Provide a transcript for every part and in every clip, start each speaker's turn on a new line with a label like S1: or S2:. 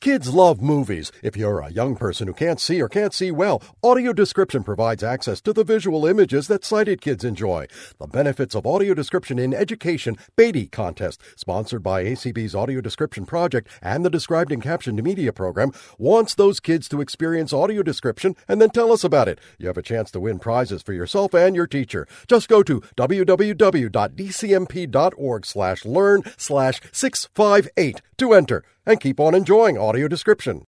S1: Kids love movies. If you're a young person who can't see or can't see well, audio description provides access to the visual images that sighted kids enjoy. The benefits of audio description in education Beatty contest, sponsored by ACB's Audio Description Project and the Described and Captioned Media Program, wants those kids to experience audio description and then tell us about it. You have a chance to win prizes for yourself and your teacher. Just go to www.dcmp.org/learn/658 to enter and keep on enjoying audio description.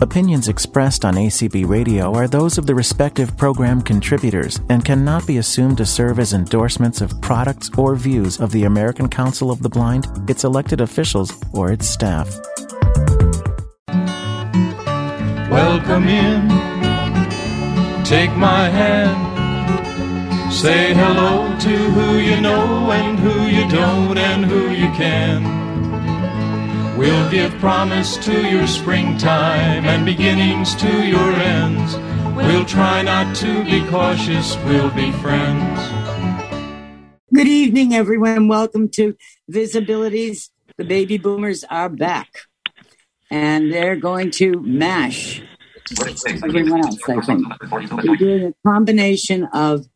S2: Opinions expressed on ACB Radio are those of the respective program contributors and cannot be assumed to serve as endorsements of products or views of the American Council of the Blind, its elected officials, or its staff.
S3: Welcome in, take my hand, say hello to who you know and who you don't and who you can. We'll give promise to your springtime and beginnings to your ends. We'll try not to be cautious, we'll be friends.
S4: Good evening, everyone. Welcome to Visibilities. The baby boomers are back, and they're going to mash everyone else, I think. We're doing a combination of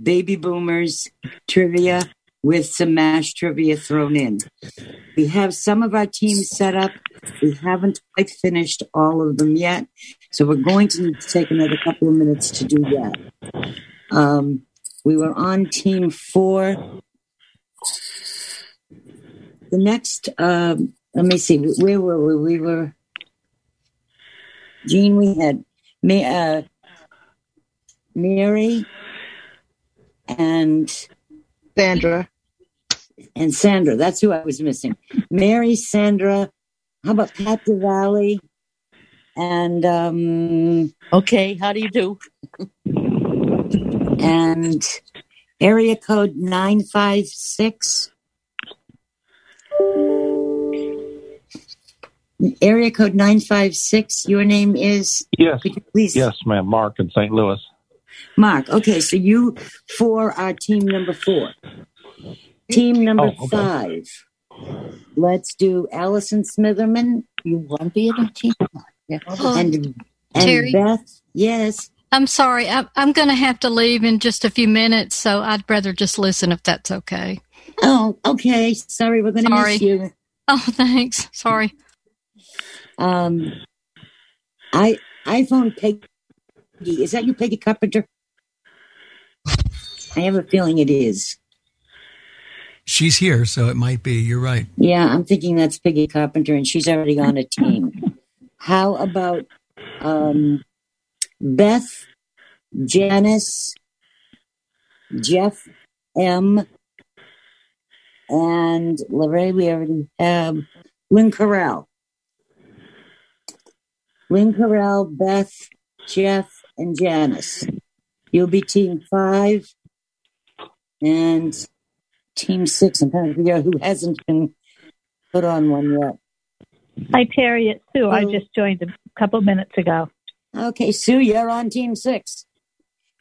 S4: baby boomers trivia with some mash trivia thrown in. We have some of our teams set up. We haven't quite finished all of them yet, so we're going to need to take another couple of minutes to do that. Um, we were on team four. The next, um, let me see, where were we? We were, Jean, we had me, uh, Mary and
S5: Sandra
S4: and Sandra. That's who I was missing. Mary, Sandra. How about Pat DeValley? And um,
S5: okay, how do you do?
S4: and area code nine five six. Area code nine five six. Your name is
S6: yes, please. Yes, ma'am. Mark in St. Louis.
S4: Mark. Okay, so you four are team number four. Team number oh, okay. five. Let's do Allison Smitherman. You won't be in a team. Yeah. Oh, and, and Terry. Beth. Yes.
S7: I'm sorry. I'm, I'm going to have to leave in just a few minutes, so I'd rather just listen if that's okay.
S4: Oh, okay. Sorry, we're going to miss you.
S7: Oh, thanks. Sorry.
S4: Um, I iPhone Peggy. Is that you, Peggy Carpenter? I have a feeling it is
S8: she's here, so it might be. You're right.
S4: Yeah, I'm thinking that's Piggy Carpenter, and she's already on a team. How about um, Beth, Janice, Jeff M, and Lorraine? We already have Lynn Corral. Lynn Corral, Beth, Jeff, and Janice. You'll be team five. And Team Six. I'm trying to figure out who hasn't been put on one yet.
S9: Hi, Terry. It's Sue. Oh. I just joined a couple minutes ago.
S4: Okay, Sue, you're on Team Six.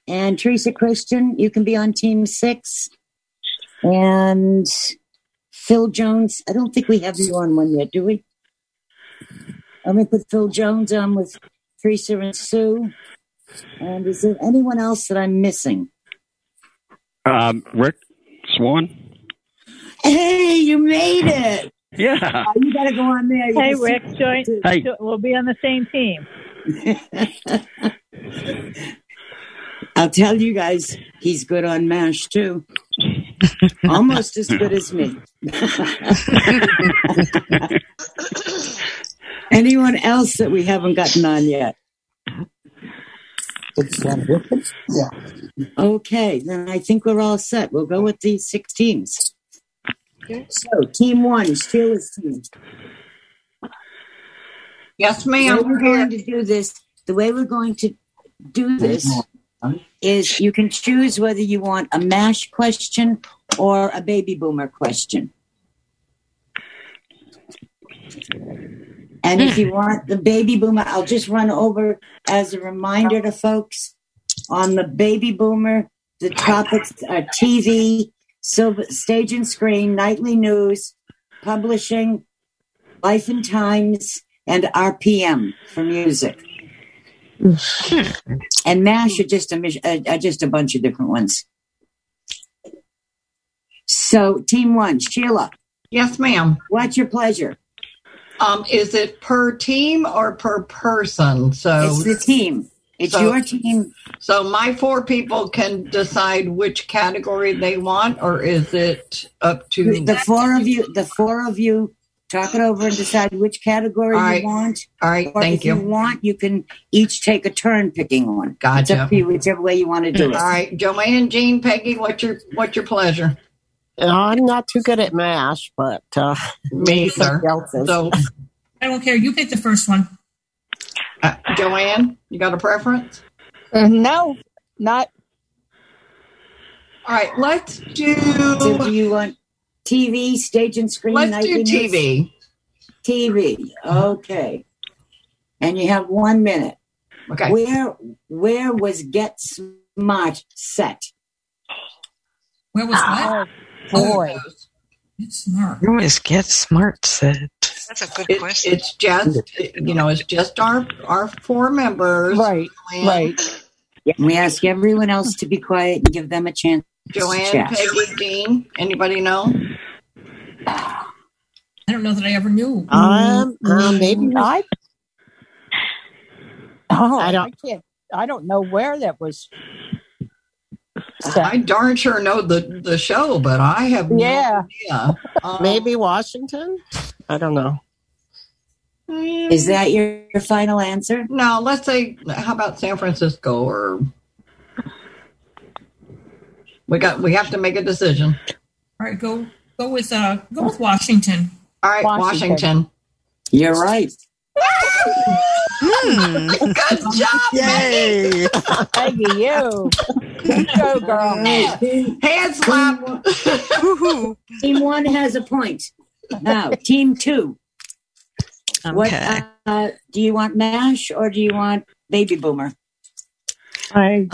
S4: And Teresa Christian, you can be on Team Six. And Phil Jones, I don't think we have you on one yet, do we? I'm going to put Phil Jones on with Teresa and Sue. And is there anyone else that I'm missing?
S10: Um, Rick, Swan.
S4: Hey, you made it.
S10: Yeah.
S4: Oh, you got to go on there. You
S9: hey, Rick, join. Hey. We'll be on the same team.
S4: I'll tell you guys, he's good on MASH too. Almost as good as me. Anyone else that we haven't gotten on yet? Yeah. Okay, then I think we're all set. We'll go with the six teams. So, team one, Steelers team.
S11: Yes, ma'am.
S4: The way we're going to do this. The way we're going to do this is you can choose whether you want a mash question or a baby boomer question. And if you want the baby boomer, I'll just run over as a reminder to folks on the baby boomer. The topics are TV, silver, stage and screen, nightly news, publishing, Life and Times and RPM for music. and MASH are just a mis- uh, are just a bunch of different ones. So, team one, Sheila.
S11: Yes, ma'am.
S4: What's your pleasure?
S11: Um, is it per team or per person? So
S4: It's the team. It's your team.
S11: So my four people can decide which category they want, or is it up to
S4: The four of you, the four of you, talk it over and decide which category
S11: All right.
S4: you want.
S11: All right,
S4: or
S11: thank
S4: if you.
S11: you.
S4: want, you can each take a turn picking one. It's
S11: Gotcha.
S4: up to you, whichever way you want to do it.
S11: All right, Joanne, Jean, Peggy, what's your what's your pleasure?
S5: Uh, I'm not too good at mash, but uh,
S11: Me either.
S5: everybody else is.
S11: So,
S12: I don't care. You pick the first one.
S11: Joanne, you got a preference?
S13: Uh,
S12: Mm-hmm.
S4: Um,
S13: no, not.
S11: All right, let's do.
S4: Do you want TV, stage and screen?
S11: Let's
S4: nightly
S11: do
S4: news?
S11: TV.
S4: TV. Okay. And you have one minute.
S11: Okay.
S4: Where where was Get Smart set?
S12: Where was
S5: Oh,
S12: what?
S14: Boy.
S12: It's smart.
S14: Always get smart said.
S11: That's a good question. It's just you know, it's just our our four members. Right.
S4: right. We ask everyone else to be quiet and give them a chance. to
S11: Joanne,
S4: chat.
S11: Peggy, Dean. Anybody know?
S12: I don't know that I ever knew.
S5: Um, uh,
S12: Mm-hmm.
S5: maybe I.
S13: Oh,
S5: I don't.
S13: I, can't, I don't know where that was.
S11: I darn sure know the the show, but I have
S5: Yeah.
S11: no idea. Um,
S5: maybe Washington. I don't know.
S15: Mm.
S4: Is that your, your final answer?
S11: No, let's say how about San Francisco or we got we have to make a decision.
S12: All right, go go with uh go with Washington.
S11: All right, Washington.
S4: You're right.
S11: Good job, Yay.
S13: Peggy, you. Good go, girl.
S11: Hands slap.
S4: team one has a point. Now, team two. What
S14: Okay.
S4: uh, do you want? Mash or do you want Baby Boomer?
S14: I,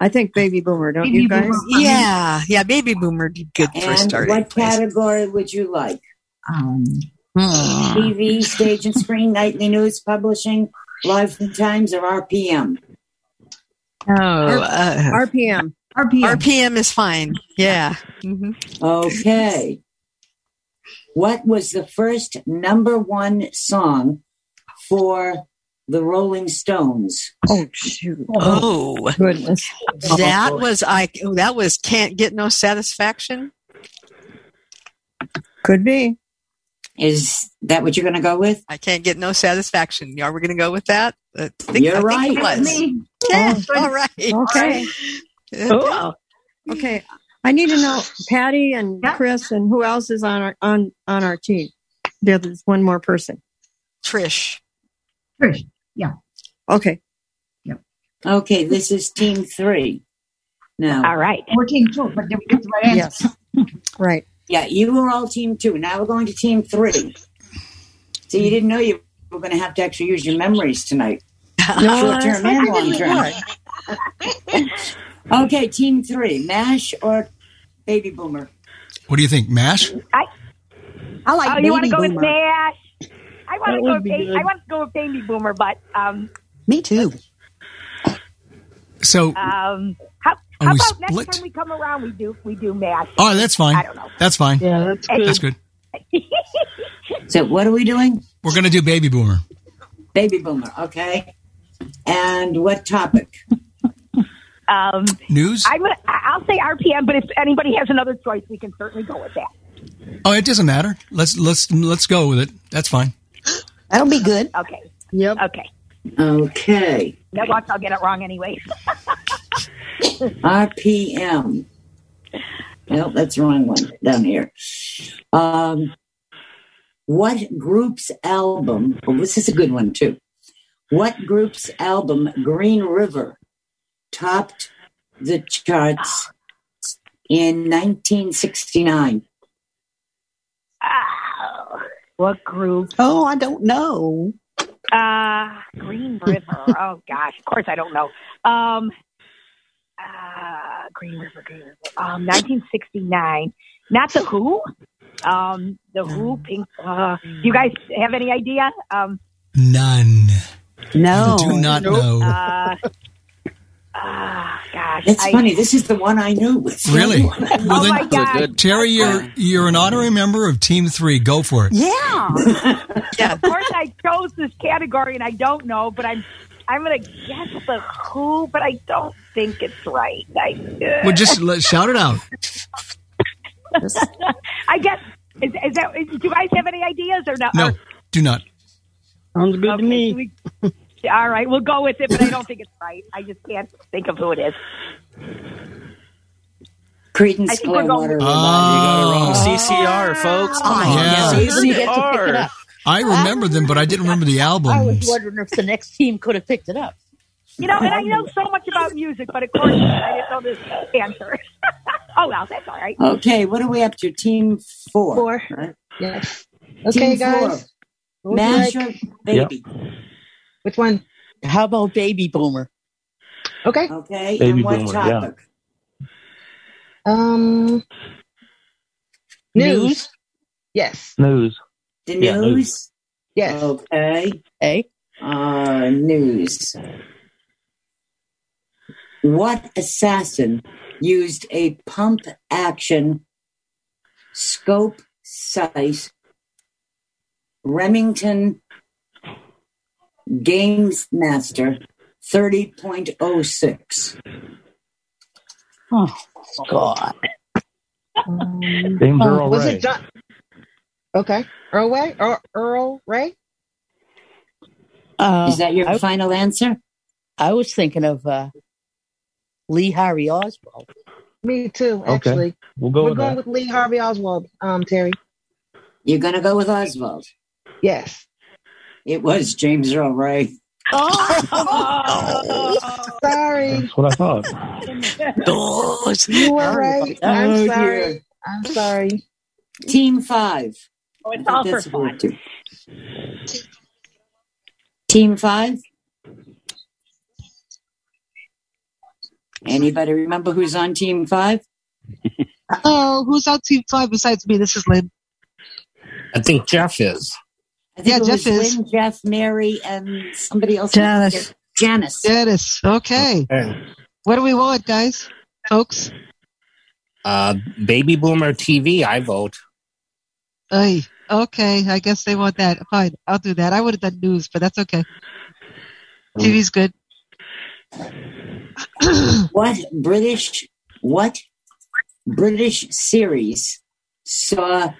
S14: I think Um, baby boomer, don't
S4: Baby
S14: you guys?
S4: boomer.
S14: Yeah, yeah, baby boomer did good for
S4: and
S14: starting.
S4: what category would you like?
S14: Um,
S4: TV, stage and screen, nightly news, publishing, live from times, or RPM?
S14: oh, uh,
S13: RPM.
S14: RPM. is fine. Yeah. Mm-hmm.
S4: Okay. What was the first number one song for the Rolling Stones?
S14: Oh shoot! Oh goodness! That was I. oh, That was can't get no satisfaction.
S4: Could be. Is that what you're going to go with?
S14: I can't get no satisfaction. Are we going to go with that? I think,
S4: You're
S14: I think
S4: right.
S14: It was. Yeah. all right.
S4: Okay.
S14: Okay.
S13: Okay.
S14: I need to know Patty and Chris and who else is on our on on our team. There's one more person. Trish.
S4: Trish. Yeah.
S14: Okay.
S4: Okay, this is team three. Now. All
S13: right.
S4: We're team two, but did we get the right
S14: Yes. Right.
S4: Yeah, you were all team two. Now we're going to team three. So you didn't know you were going to have to actually use your memories tonight. Short term and long term. Okay, team three, MASH or Baby Boomer?
S8: What do you think, Mash?
S4: I
S15: Oh,
S4: like
S15: you want to go with
S4: Boomer.
S15: Mash? I want
S8: That
S15: to go.
S8: would
S15: With,
S8: be
S15: ba-
S8: good.
S15: I want to go with Baby Boomer, but um,
S8: Me too. So,
S15: um, how,
S8: Are
S15: how
S8: we
S15: about
S8: split?
S15: next time we come around, we do we do Mash?
S8: all right, that's fine.
S15: I don't know.
S8: That's fine.
S15: Yeah, that's good.
S8: That's good.
S4: So, what are we doing?
S8: We're going to do Baby Boomer.
S4: Baby Boomer, okay. And what topic?
S15: Um,
S8: News?
S15: I'm gonna, I- I'll say RPM, but if anybody has another choice, we can certainly go with that.
S8: Oh, it doesn't matter. Let's let's let's go with it. That's fine.
S15: That'll be good. Okay. Yep. Okay.
S4: Okay.
S15: That watch, I'll get it wrong anyway.
S4: RPM. No, that's the wrong one down here. Um, what group's album? Oh, this is a good one too. What group's album Green River topped the charts in 1969?
S15: What group?
S5: Oh, I don't know.
S15: Uh, Green River. oh gosh, of course I don't know. Um, uh, Green River, Green River. Um, 1969. Not the Who. Um, the Who, Pink. Uh, you guys have any idea? Um,
S8: None.
S4: No.
S8: I do not know.
S15: Uh, ah, gosh,
S4: It's
S15: I-
S4: funny. This is the one I knew. It's
S8: Really?
S15: Oh
S4: the one I knew.
S13: Oh,
S8: Well, then, Terry, you're you're an honorary member of Team Three. Go for it.
S15: Yeah. Of course, I chose this category, and I don't know, but I'm I'm gonna guess the Who, but I don't think it's right. I uh,
S8: Well, just let, shout it out.
S15: I guess is, is that? Is, do you guys have any ideas or no?
S8: No, do not.
S15: Sounds good to me. all right, we'll go with it, but I don't think it's right. I just can't think of who it is. I
S4: Creedence
S15: think we're going-
S4: Clearwater.
S8: Oh.
S16: CCR, folks.
S8: Yeah.
S16: yes,
S13: You get to pick it
S16: CCR.
S13: up.
S8: I remember them, but I didn't remember the
S13: I was
S8: albums.
S13: wondering if the next team could have picked it up.
S15: You know, and I know so much about music, but of course I didn't know this answer. oh well, that's all right.
S4: Okay, what are we up to? Team four.
S13: Four.
S4: right?
S13: Yes. Okay,
S4: Team
S13: guys.
S4: four. Mash or baby.
S13: Which one? How about Baby Boomer? Okay.
S4: Okay,
S13: Baby
S4: and
S6: Oh
S4: what
S13: boomer, yeah.
S4: topic?
S13: Um. News. Yes.
S6: News.
S4: The
S6: Yeah,
S4: news?
S6: news.
S13: Yes.
S4: Okay.
S13: Hey.
S4: Uh, news. What assassin used a pump action scope size Remington Games Master 30.06?
S13: Oh God. Uh,
S6: Name's Earl
S13: was
S6: Ray.
S13: it John? Okay, Earl Ray. Earl, Earl Ray. Uh,
S4: Is that your
S13: I-
S4: final answer?
S13: I was thinking of uh, Lee Harvey Oswald.
S17: Me too,
S6: Okay.
S17: actually.
S6: We'll go
S17: We're
S6: with
S17: going
S6: that.
S17: with Lee Harvey Oswald, um, Terry.
S4: You're going to go with Oswald.
S17: Yes.
S4: It was James Earl Ray. Oh!
S17: Sorry.
S6: That's what I thought.
S17: You were right. I'm
S4: Oh,
S17: sorry.
S4: dear.
S17: I'm sorry.
S4: Team five.
S15: Oh, it's
S4: I
S15: all
S4: think
S15: for
S4: that's what
S15: fun.
S4: we'll do. Team five. Anybody remember who's on team five?
S18: Oh, who's on team five besides me? This is Lynn.
S16: I think Jeff is.
S4: I think
S18: Yeah,
S4: it
S18: Jeff
S4: was
S18: is.
S4: Lynn, Jeff, Mary, and somebody else.
S18: Janice.
S4: Janice.
S18: Janice. Okay. What do we want, guys? Folks?
S16: Uh, Baby Boomer TV, I vote.
S18: Ay, okay. I guess they want that. Fine. I'll do that. I would have done news, but that's okay. TV's good.
S4: what British what British series saw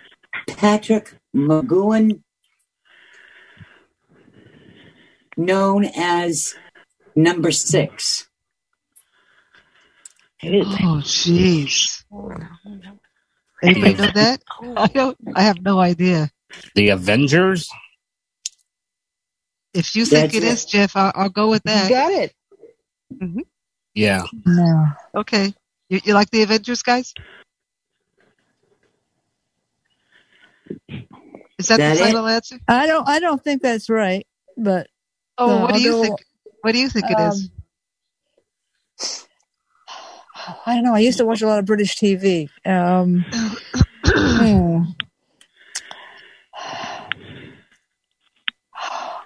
S4: Patrick McGowan known as number six?
S18: Oh, jeez. Anybody know that? I don't. I have no idea.
S16: The Avengers.
S18: If you think
S16: That's
S18: it
S16: it.
S18: is, Jeff, I'll, I'll go with that. Mm-hmm.
S17: Got it.
S16: Yeah.
S18: No. Okay. You, you like the Avengers, guys? Is that,
S17: That
S18: the
S17: it?
S18: final answer?
S19: I don't. I don't think that's right. But
S18: Oh,
S19: uh,
S18: what do
S19: I'll
S18: you
S19: go-
S18: think? What do you think
S19: Um,
S18: it is?
S19: I don't know. I used to watch a lot of British TV. Um, hmm.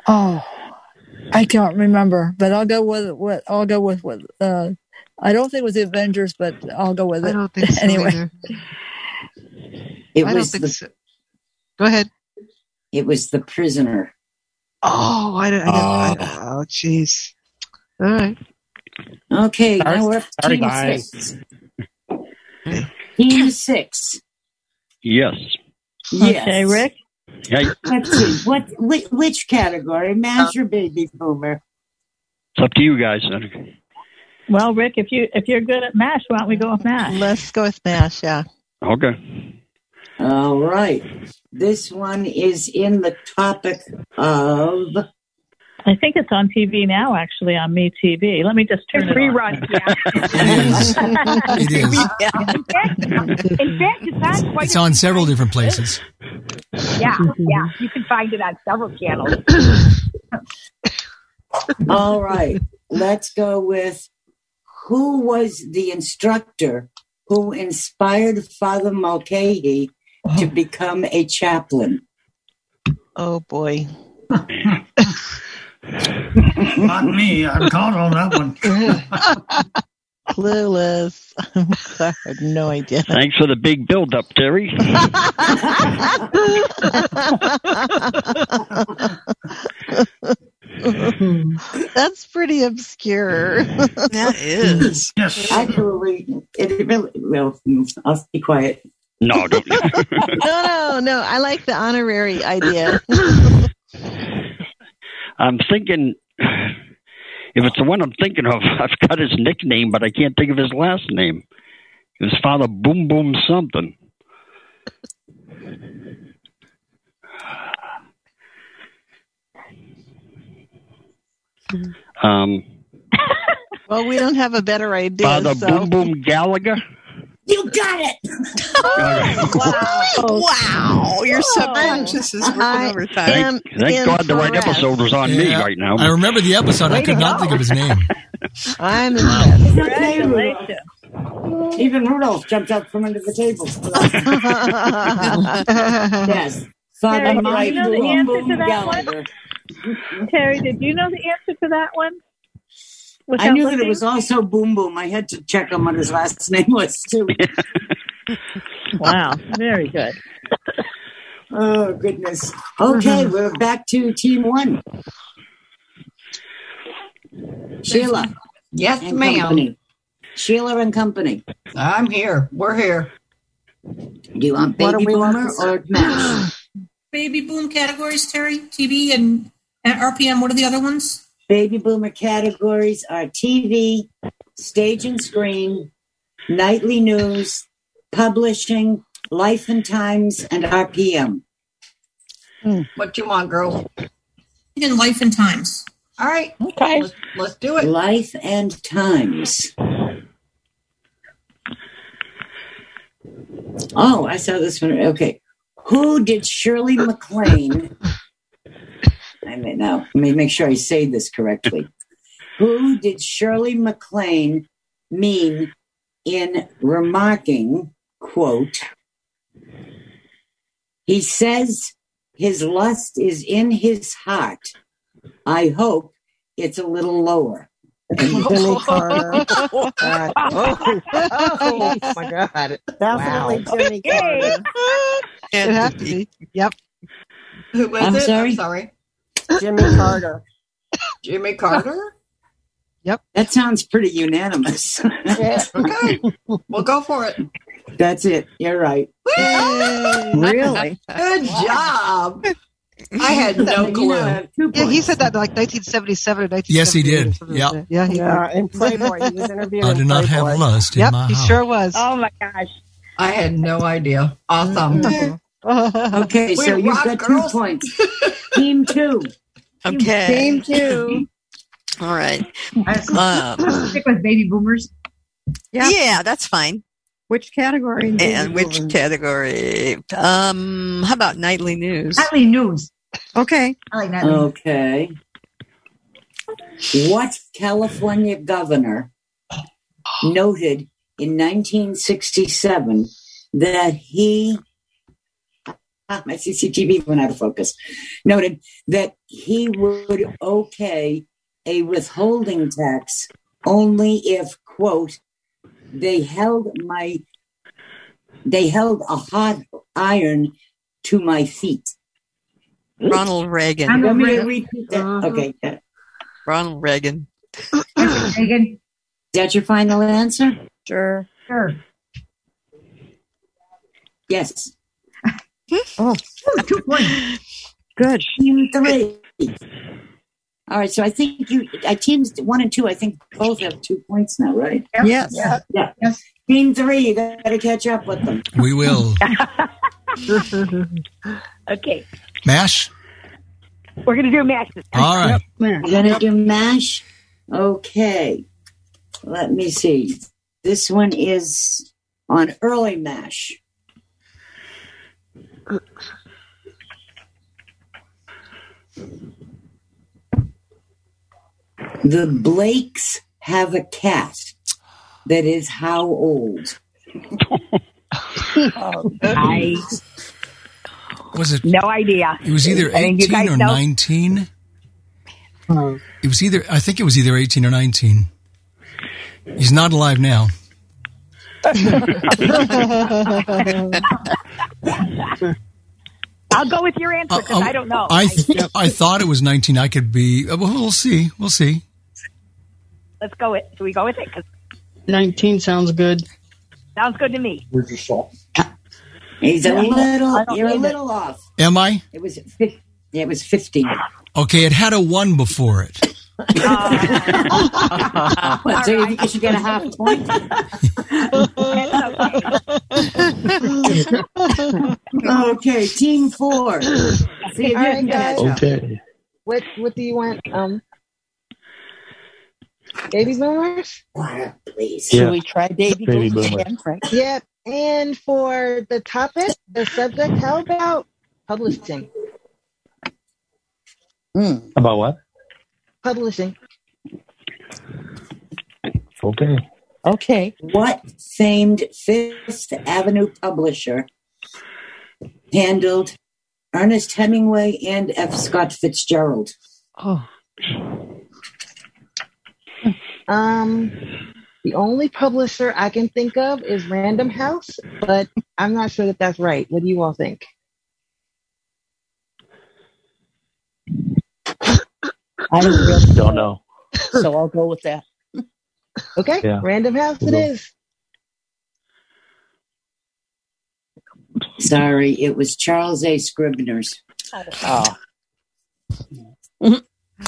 S19: Oh, I can't remember. But I'll go with what I'll go with what. Uh, I don't think it was the Avengers, but I'll go with it.
S18: I don't think so
S19: anyway.
S18: either.
S11: um,
S4: It
S18: I don't
S4: was
S18: think
S4: the,
S18: so. Go ahead.
S4: It was the prisoner.
S18: Oh, I don't. I don't, I don't
S4: Uh.
S18: oh, jeez. All right.
S4: Okay,
S18: Sorry-
S4: now we're up to
S18: sorry,
S4: team
S18: guys.
S4: six. Team six.
S10: Yes.
S4: Yes.
S10: Okay,
S4: Rick.
S10: Hey,
S4: Let's see. What which, which category? Mash or baby boomer?
S10: it's up to you guys.
S12: Well, Rick, if you if you're good at mash, why don't we go with mash?
S17: Let's go with mash. Yeah.
S10: Okay.
S4: All right. This one is in the topic of.
S12: I think it's on TV now, actually, on Me TV. Let me just turn it
S15: rerun.
S8: It is.
S15: In fact, it's on quite.
S8: It's on several different places.
S15: Yeah, yeah. You can find it on several channels.
S4: All right. Let's go with who was the instructor who inspired Father Mulcahy
S20: Oh.
S4: to become a chaplain.
S17: Oh boy.
S20: Not me. I'm caught on that one.
S17: Clueless. I'm sorry, I had no idea.
S10: Thanks for the big build up, Terry.
S17: That's pretty obscure.
S4: That is. Actually, it really, well, I'll be quiet.
S10: no, don't.
S17: no, no, no. I like the honorary idea.
S10: I'm thinking if it's the one I'm thinking of, I've got his nickname, but I can't think of his last name. His father, Boom Boom something. Um,
S17: Well, we don't have a better idea.
S10: Father
S17: so.
S10: Boom Boom Gallagher.
S17: You got it. Oh, wow.
S21: Oh,
S14: Wow, your subconscious is working overtime.
S10: Thank, thank God the right episode was on me
S8: Yeah.
S10: right now.
S8: I remember the episode. I could not think of his name.
S17: I'm
S4: Congratulations. Even Rudolph jumped up from under the table. yes.
S9: Terry,
S4: Father
S9: did
S4: Mike
S9: you know the
S4: Boom
S9: answer to
S4: Boom
S9: that
S4: Gallagher.
S9: one? Terry, did you know the answer to that one?
S4: I
S9: Without
S4: knew that it
S9: looking?
S4: was also Boom Boom. I had to check on what his last name was, too.
S9: wow. Very good.
S4: Oh, goodness.
S9: Uh-huh.
S4: Okay, we're back to team one. Sheila.
S11: Yes,
S4: and
S11: ma'am.
S4: company. Sheila and company.
S11: I'm here. We're here.
S4: Do you want Baby Boomer or Mash?
S21: Baby boom categories, Terry, TV and, and RPM. What are the other ones?
S4: Baby Boomer categories are TV, stage and screen, nightly news, publishing, life and times, and RPM.
S17: Hmm.
S11: What you want, girl?
S21: In life and times.
S11: All right.
S4: Okay.
S11: Let's, let's do it.
S4: Life and times. Oh, I saw this one. Okay. Who did Shirley MacLaine? I mean, now let me make sure I say this correctly. Who did Shirley MacLaine mean in remarking, quote, he says his lust is in his heart. I hope it's a little lower. And Billy Carter.
S5: God.
S4: Oh.
S5: Oh my God.
S4: Definitely
S5: Jimmy Carter.
S18: It has to be. Yep.
S11: Who was
S5: I'm
S11: it?
S5: sorry?
S11: I'm sorry.
S5: Jimmy Carter.
S11: Jimmy Carter?
S4: Yep. That sounds pretty unanimous.
S11: okay. Well, go for it.
S4: That's it. You're right. Really?
S11: Good job. I had no clue.
S18: Yeah, he said that in like 1977 or 1978.
S8: Yes, he did.
S18: Yeah. Yeah, he
S8: Yeah,
S18: did.
S8: in
S18: Playboy,
S8: he
S18: was interviewing
S8: I do not have lust in
S18: Yep,
S8: my
S18: he
S8: house.
S18: sure was.
S11: Oh my gosh. I had no idea. Awesome.
S4: Okay, so
S11: We
S4: you've
S11: rock
S4: got
S11: girls.
S4: two points. Team two.
S22: Okay.
S4: Team
S22: two. All right. Um,
S23: Stick with baby boomers.
S22: yeah. that's fine.
S17: Which category?
S22: And which category?
S18: Uh,
S22: Um, how about nightly news?
S23: Nightly news.
S17: Okay.
S23: I like nightly. news.
S4: Okay. What California governor noted in 1967 that he, ah, my CCTV went out of focus, noted that he would okay a withholding tax only if, quote, they held my, they held a hot iron to my feet.
S22: Ronald Reagan.
S4: Let me repeat that. Okay. yeah.
S22: Ronald Reagan.
S23: Megan,
S4: Is that your final answer?
S17: Sure.
S23: sure.
S4: Yes.
S17: Oh,
S23: two points.
S17: Good.
S4: Team three. All right. So I think you, I teams one and two, I think both have two points now, right?
S17: Yes.
S4: Yeah. yeah. Team three, you got to catch up with them.
S8: We will.
S23: Okay.
S8: Mash?
S23: We're going to do matches.
S8: All right.
S4: We're going to do MASH. Okay. Let me see. This one is on early MASH. The Blakes have a cat that is how old?
S23: I
S8: Was it?
S15: Um, No idea.
S8: It was either
S15: I mean, you
S8: eighteen
S15: guys
S8: or
S15: know-
S8: nineteen. It was either. I think it was either eighteen or nineteen. He's not alive now.
S15: I'll go with your answer because Oh, I don't know.
S8: Uh, I th- I thought it was nineteen. I could be. uh, Well, we'll see. We'll see.
S15: Let's go with. Should we go with it? Because
S24: 19 sounds good.
S15: sounds good to me.
S8: Where's your salt?
S4: He's a
S15: Yeah.
S4: little,
S15: I don't
S4: you're a
S15: believe it.
S4: little off.
S8: Am I?
S4: It was, fif- yeah, it was 15.
S8: Okay, it had a one before it.
S4: What, so you think you should get a half point? okay, team four. See if you
S11: All right,
S4: can catch
S11: guys.
S4: up.
S2: Okay.
S11: What What do you want? Um, baby boomers.
S4: Please.
S11: Should
S2: Yeah.
S11: we try baby
S2: Baby
S11: boomer
S2: boomer.
S11: Yep. And for the topic, the subject, how about publishing?
S2: About what?
S11: Publishing.
S2: Okay.
S4: Okay. What famed Fifth Avenue publisher handled Ernest Hemingway and F. Scott Fitzgerald?
S11: Oh. Um, the only publisher I can think of is Random House, but I'm not sure that that's right. What do you all think?
S25: I don't really
S2: Don't know.
S25: so I'll go with that.
S11: Okay,
S2: Yeah.
S11: Random House it is.
S4: Sorry, it was Charles A. Scribner's.
S25: Oh.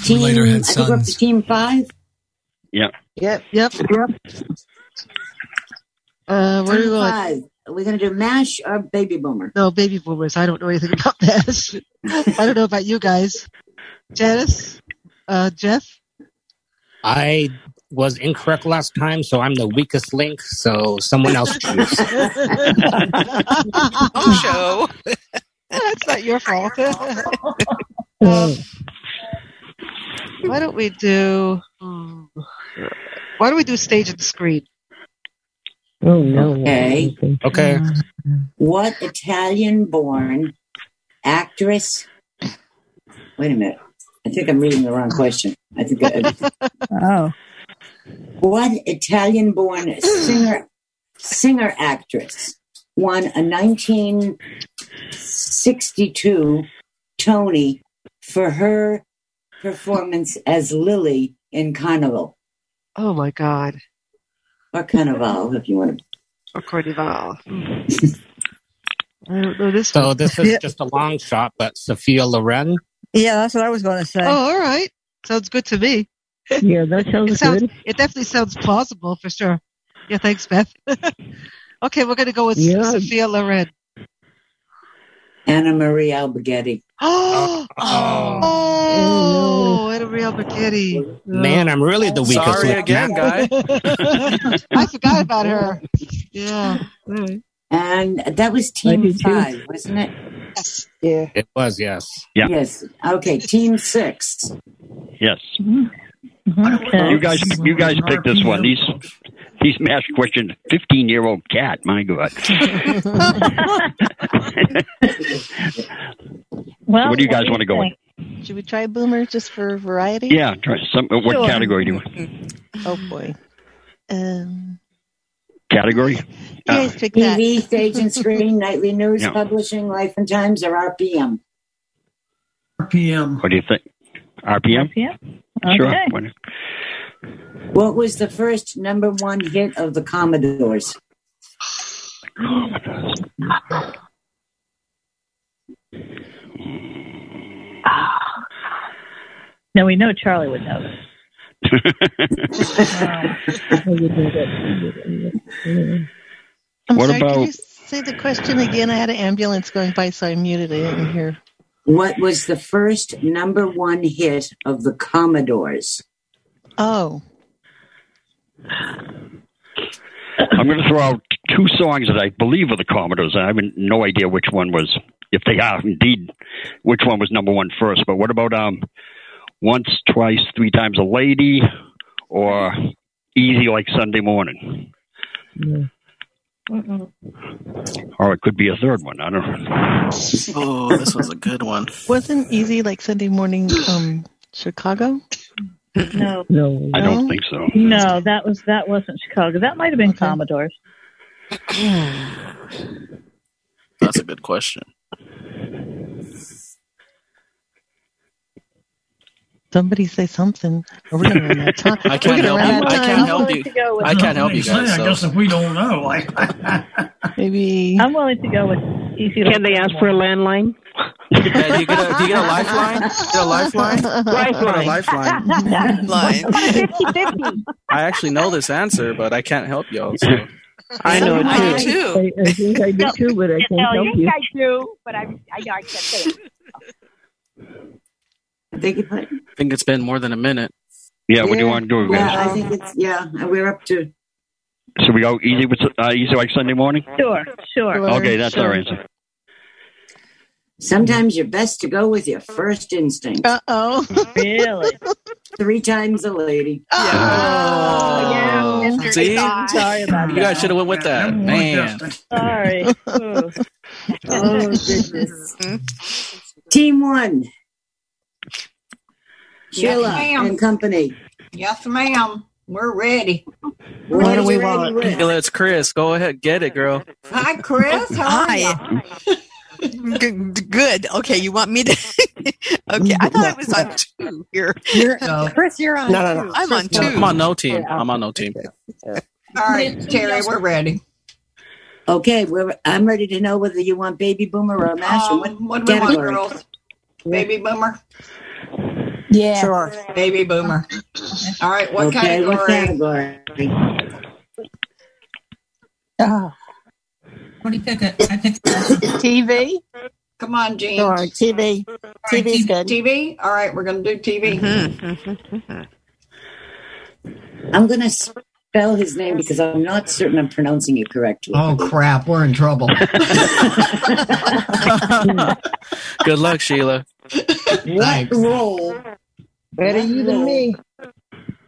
S4: Team,
S10: Later had
S4: I think we're up to
S10: sons.
S4: team five.
S10: Yeah.
S11: Yep, yep,
S4: yep.
S18: Uh, what do
S4: team
S18: you want?
S4: five. Are we going to do MASH or uh, Baby Boomer?
S18: No, baby boomers. I don't know anything about this. I don't know about you guys. Janice, uh, Jeff.
S16: I was incorrect last time, so I'm the weakest link. So someone else choose.
S18: oh, show. That's not your fault. um, why don't we do? hmm, Why don't we do stage and screen?
S4: Oh, no. Okay.
S16: Okay.
S4: What Italian born actress? Wait a minute. I think I'm reading the wrong question. I think. I, oh. What Italian born singer singer actress won a 1962 Tony for her performance as Lily in Carnival?
S18: Oh my God,
S4: Or Carnival, if you want to.
S18: or Cordival. I don't know this.
S16: So this is just a long shot, but Sophia Loren.
S18: Yeah, that's what I was going to say. Oh, all right. Sounds good to me.
S26: Yeah, that sounds
S18: It sounds.
S26: good.
S18: It definitely sounds plausible for sure. Yeah, thanks, Beth. okay, we're going to go with
S4: Yeah.
S18: Sophia Loren.
S4: Anna Marie Alberghetti.
S18: Oh, oh, oh, what a real McKitty.
S16: Man, I'm really the weakest.
S18: Sorry
S16: link.
S18: again,
S16: Not-
S18: I forgot about her. Yeah.
S4: And that was
S16: I
S4: team
S16: did too.
S4: five, wasn't it? Yes. Yeah.
S16: It was yes.
S4: Yes. Okay, team six.
S10: Yes.
S4: Okay.
S10: You guys, you guys pick this one. These these mash questions. Fifteen year old cat. My God.
S9: Well,
S10: what do you guys want to go with?
S9: Should we try boomer just for variety?
S10: Yeah. Try some. What
S9: Sure.
S10: category do you want?
S9: Oh boy. Um,
S10: Category. Uh,
S4: TV, stage and screen, nightly news,
S10: Yeah.
S4: publishing, life and times, or RPM.
S10: RPM. What do you think? RPM.
S4: RPM.
S10: Sure.
S4: Okay.
S10: What-
S4: What was the first number one hit of the Commodores?
S26: Now we know Charlie would know this.
S10: Ah.
S9: I'm
S10: What
S9: sorry,
S10: about-
S9: can you say the question again? I had an ambulance going by, so I muted it. I didn't hear.
S4: What was the first number one hit of the Commodores?
S9: Oh,
S10: I'm going to throw out two songs that I believe are the Commodores. I have no idea which one was, if they are indeed, which one was number one first. But what about um, once, twice, three times a
S25: Mm.
S10: lady, or easy like Sunday morning?
S23: Mm-mm.
S10: Or it could be a third one. I don't know.
S3: Oh, this was a good one.
S17: Wasn't easy like Sunday morning um Chicago?
S12: No.
S10: No. I don't think so.
S12: No, that was that wasn't Chicago. That might have been Commodores.
S3: That's a good question.
S17: Somebody say something. Are we gonna run out of time?
S3: I can't
S17: We're gonna
S3: help
S17: run out of
S3: you. I
S17: time.
S3: can't help you. I can't help you guys.
S20: I
S3: so-
S20: guess if we don't know, I,
S17: Maybe
S12: I'm willing to go with easy.
S7: Can they ask for a landline?
S3: Yeah, do you get a, do you get a lifeline? Get a lifeline? Get a
S7: Lifeline.
S3: lifeline.
S22: Line.
S3: I actually know this answer, but I can't help y'all. So.
S7: I know it
S22: I
S7: too.
S22: do too.
S7: I, I think I do too, but I can't
S23: No,
S7: help
S23: yes,
S7: you.
S23: I do, but I'm, I know I can't say it.
S4: Beg your pardon?
S3: I think it's been more than a minute.
S10: Yeah, what do you want to do, guys?
S4: Yeah, I think it's yeah. We're up to
S10: So we go easy with uh, easy like Sunday morning.
S12: Sure, sure.
S10: Okay, that's our answer.
S4: Sometimes you're best to go with your first instinct.
S17: Uh oh.
S12: Really?
S4: Three times a lady.
S3: Oh, See?
S12: Sorry about
S3: You guys should have went with that, man.
S12: Sorry. Ooh.
S4: Oh goodness. Team one. Sheila
S11: Yes, ma'am.
S4: and company.
S11: Yes, ma'am. We're ready.
S4: What do we want?
S3: Sheila, it's Chris. Go ahead, get it, girl.
S11: Hi, Chris. How are you?
S22: Hi. Good, good. Okay, you want me to? okay, I thought it was on two here.
S14: You're,
S3: No.
S14: Chris, you're on.
S3: No, no, no.
S22: I'm on two.
S3: I'm on no team. I'm on no team.
S11: All right, Terry, we're ready.
S4: Okay, we're, I'm ready to know whether you want baby boomer or mash.
S11: Um,
S4: and what,
S11: what do we want,
S4: category?
S11: girls? Baby boomer?
S4: Yeah. Sure.
S11: Baby boomer. All right, what
S4: okay, what
S11: category?
S4: category?
S5: Ah.
S21: What do you pick? It? I picked
S5: TV?
S11: Come on, Jean.
S5: Sure, TV. TV's good.
S11: TV? All right, we're going to do TV.
S4: Mm-hmm. I'm going to spell his name because I'm not certain I'm pronouncing it correctly.
S11: Oh, crap. We're in trouble.
S3: Good luck, Sheila.
S4: What role? Better you than me.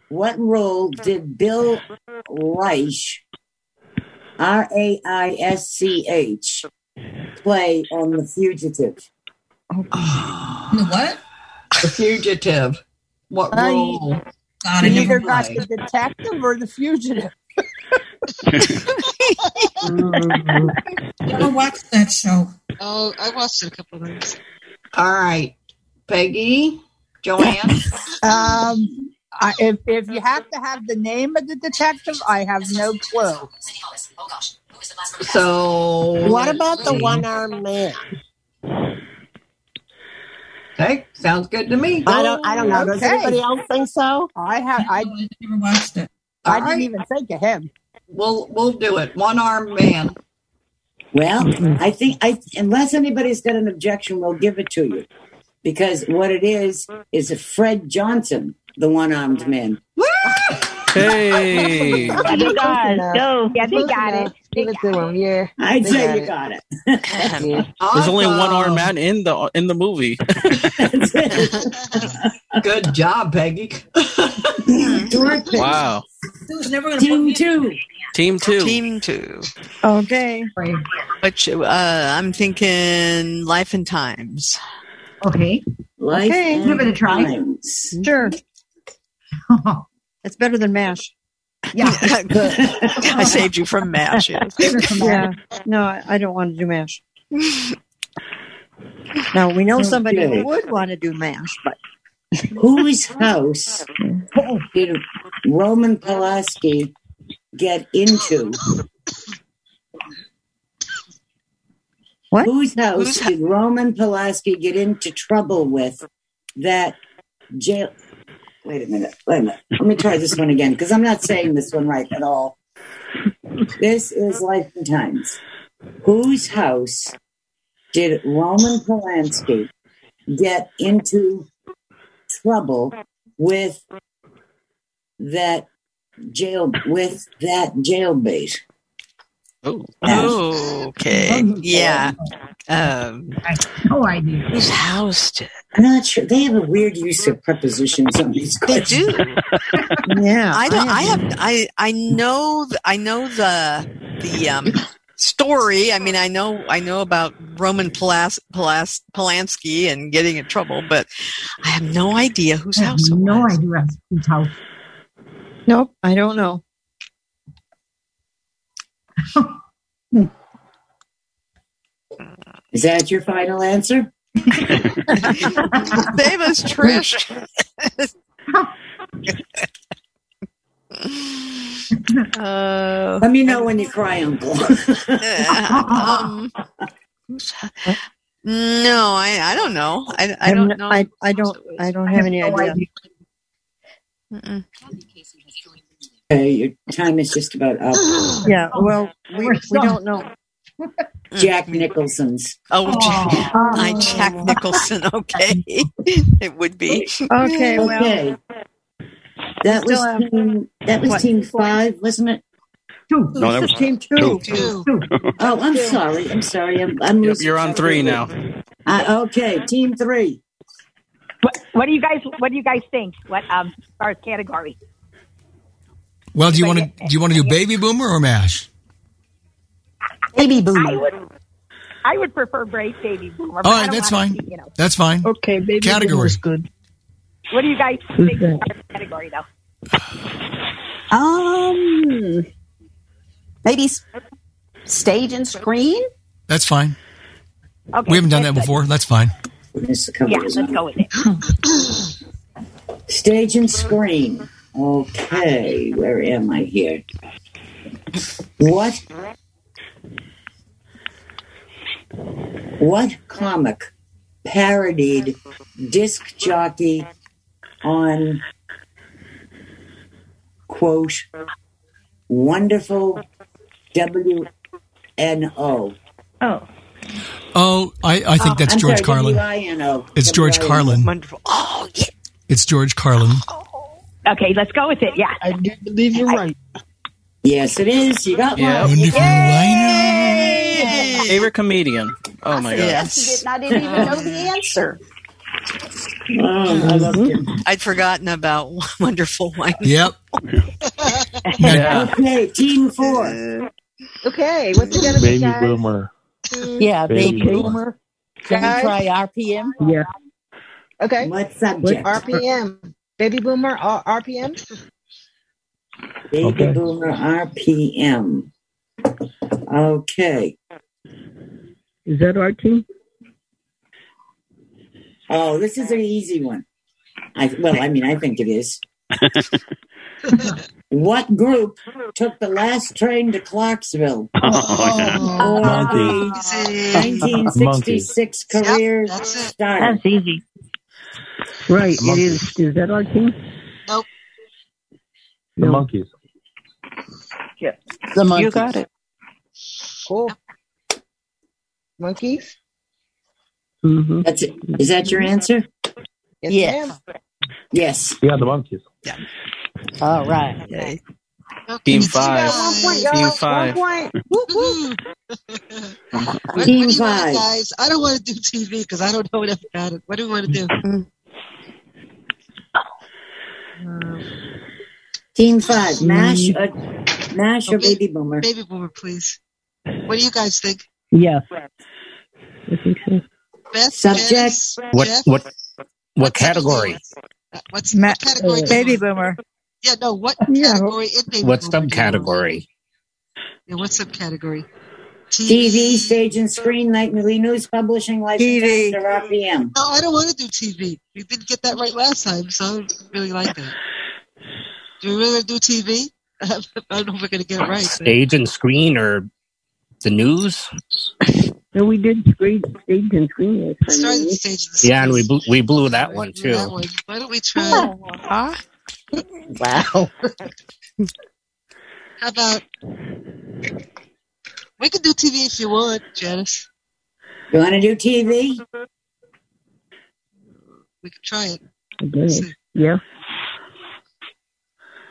S4: What role did Bill Reich, R A I S C H, play on The Fugitive?
S21: what?
S11: The fugitive. What
S5: I-
S11: role?
S21: God, I
S5: You
S21: never
S5: either got
S11: play.
S5: the detective or the fugitive.
S21: never watched that show.
S18: Oh, I watched it a couple of times.
S11: All right, Peggy, Joanne.
S5: Um, I, if, if you have to have the name of the detective, I have no clue.
S11: So
S5: What about the
S11: let's see.
S5: one uh, armed man?
S11: Hey, sounds good to me.
S5: I don't. I don't know. Does Okay. anybody else think so? I have. I
S21: Never watched it.
S5: I
S11: All
S5: didn't
S11: right.
S5: even think of him.
S11: We'll we'll do it. One armed man.
S4: Well, I think I unless anybody's got an objection, we'll give it to you. Because what it is is a Fred Johnson, the one armed man.
S3: Hey.
S12: You guys, go.
S23: Yeah, they
S2: Close
S23: got
S2: enough.
S23: it. They
S2: Give it to him. Yeah.
S4: I'd
S2: They
S4: say you
S2: it.
S4: got it.
S3: There's only
S11: Awesome.
S3: one armed man in the in the movie.
S11: Good job, Peggy.
S3: Wow.
S21: Who's never going to put me
S4: two.
S3: Team two.
S22: Team two.
S14: Okay.
S22: Which uh, I'm thinking Life and Times.
S23: Okay.
S4: Life
S14: Okay,
S4: and
S23: give it a try.
S4: Times.
S14: Sure. It's better than MASH.
S23: Yeah.
S22: I saved you from MASH. yes.
S14: Yeah. No, I, I don't want to do MASH. Now, we know somebody
S4: Okay.
S14: who would want to do MASH, but
S4: Whose house did Roman Pulaski get into?
S14: What?
S4: Whose house
S22: Whose-
S4: did Roman Pulaski get into trouble with that jail? Wait a minute. Wait a minute. Let me try this one again because I'm not saying this one right at all. This is Life and Times. Whose house did Roman Polanski get into trouble with that jail with that jailbait?
S3: Oh.
S22: Oh, okay. Yeah. Um,
S23: No idea.
S22: whose house did
S4: I'm not sure. They have a weird use of prepositions on these
S22: they
S4: questions.
S22: do?
S14: yeah.
S22: I don't. I have. I I know. th- I know the the um, story. I mean, I know I know about Roman Polas- Polas- Polanski and getting in trouble, but I have no idea whose house.
S15: No idea whose house.
S27: Nope, I don't know.
S4: Is that your final answer?
S22: Save us, Trish. Uh,
S4: Let me know when you cry, Uncle.
S22: um, no, I, I don't know. I, I
S27: I'm-
S22: don't know.
S27: I, I don't. I don't have any idea.
S4: Okay, your time is just about up.
S27: Yeah. Well, we, we don't know.
S4: Jack Nicholson's.
S22: Oh, Jack, I, Jack Nicholson. Okay, it would be
S27: Okay. Well.
S4: Okay. That
S27: We
S4: was
S27: still have-
S4: team, that was
S27: What?
S4: team five, wasn't it? Two.
S28: No, that was
S4: team two.
S28: two.
S4: Oh, I'm sorry. I'm sorry. I'm, I'm
S3: Yep,
S4: losing
S3: you're on
S4: track
S3: three
S4: of the-
S3: now.
S4: Uh, okay, team three.
S15: What, what do you guys? What do you guys think? What um, as far as category?
S8: Well, do you want to do you want to do baby boomer or mash?
S15: Baby boomer. I would, I would prefer brave baby boomer. but
S8: All
S15: I
S8: right,
S15: don't
S8: that's
S15: wanna
S8: fine.
S15: see, you know.
S8: That's fine. Okay, baby category.
S15: boomer's
S8: good.
S15: What do you guys think? As far as category though.
S18: Um, maybe s- stage and screen.
S8: That's fine.
S15: Okay,
S8: we haven't done that before. That's fine.
S15: Yeah, let's go with it.
S4: Stage and screen. Okay, where am I here? What? What comic parodied disc jockey on quote wonderful WNO?
S29: Oh,
S8: Oh, I, I think that's
S4: I'm
S8: George
S4: sorry,
S8: Carlin.
S4: W-I-N-O.
S8: It's George
S4: W-I-N-O.
S8: Carlin. Wonderful. Oh, yeah. It's George Carlin.
S15: Okay, let's go with it. Yeah, I do believe you're right.
S4: Yes, it is. You got
S3: Yeah.
S4: one.
S3: Wonderful
S15: Hey!
S3: Favorite comedian. Oh my god.
S18: Yes. I didn't even know the answer.
S4: I loved it.
S23: Mm-hmm.
S22: I'd forgotten about Wonderful Wine.
S8: Yep.
S22: Yeah.
S4: Okay, team four.
S11: Okay, what's it gonna be,
S30: Baby
S11: guys?
S30: boomer.
S11: Yeah,
S30: Baby baby boomer.
S11: Can we try
S15: RPM?
S30: Yeah.
S11: Okay.
S4: What subject?
S11: RPM. Baby boomer R- RPM.
S4: Baby Boomer RPM. Okay.
S31: Is that our team?
S4: Oh, this is an easy one. I well, I mean, I think it is. what group took the last train to Clarksville?
S15: Oh,
S4: Nineteen sixty-six career starter.
S31: That's easy. Right. It is. Is that our team?
S30: The monkeys.
S31: The
S11: You got it. Cool. Monkeys.
S31: Mm-hmm.
S4: That's it. Is that
S15: Mm-hmm.
S4: your answer?
S11: Yes,
S4: Yes.
S11: ma'am.
S4: Yes.
S30: Yeah, the monkeys.
S4: All right.
S3: Team
S11: You
S3: five.
S11: got one point,
S3: Team
S11: y'all.
S3: five.
S11: One point. Whoop, whoop.
S18: What, what do
S4: Team
S18: you want,
S4: five.
S18: guys? I don't want to do TV because I don't know enough about it. What do we want to do?
S26: Mm-hmm.
S4: Team five.
S31: Mm.
S4: Mash. Uh, Mash or Baby Boomer.
S18: Baby boomer, please. What do you guys think?
S31: Yeah. I think so.
S18: Beth,
S4: Subject.
S18: Janice,
S16: What
S18: Jeff?
S16: what what category?
S18: What's
S29: Ma-
S18: what category?
S29: uh, baby boomer.
S18: Yeah, no. What category in baby
S16: What
S18: boomer?
S16: subcategory?
S18: Yeah, what subcategory?
S4: TV, stage and screen, nightly news, publishing, licensing, or RPM.
S18: No, I don't want to do TV. We didn't get that right last time, so I don't really like that. Do we really do TV? I don't know if we're going to get it right.
S16: Stage and screen or the news?
S31: No, we did screen, stage and screen last time.
S18: Started
S31: didn't
S18: the
S31: we?
S18: stage.
S16: Yeah, and we blew, we blew that one
S18: That
S16: too.
S18: one. Why don't we try? Huh?
S16: Wow.
S18: How about we can do TV if you want, Janice.
S4: You want to do TV?
S18: We can try it.
S31: I guess. Yeah.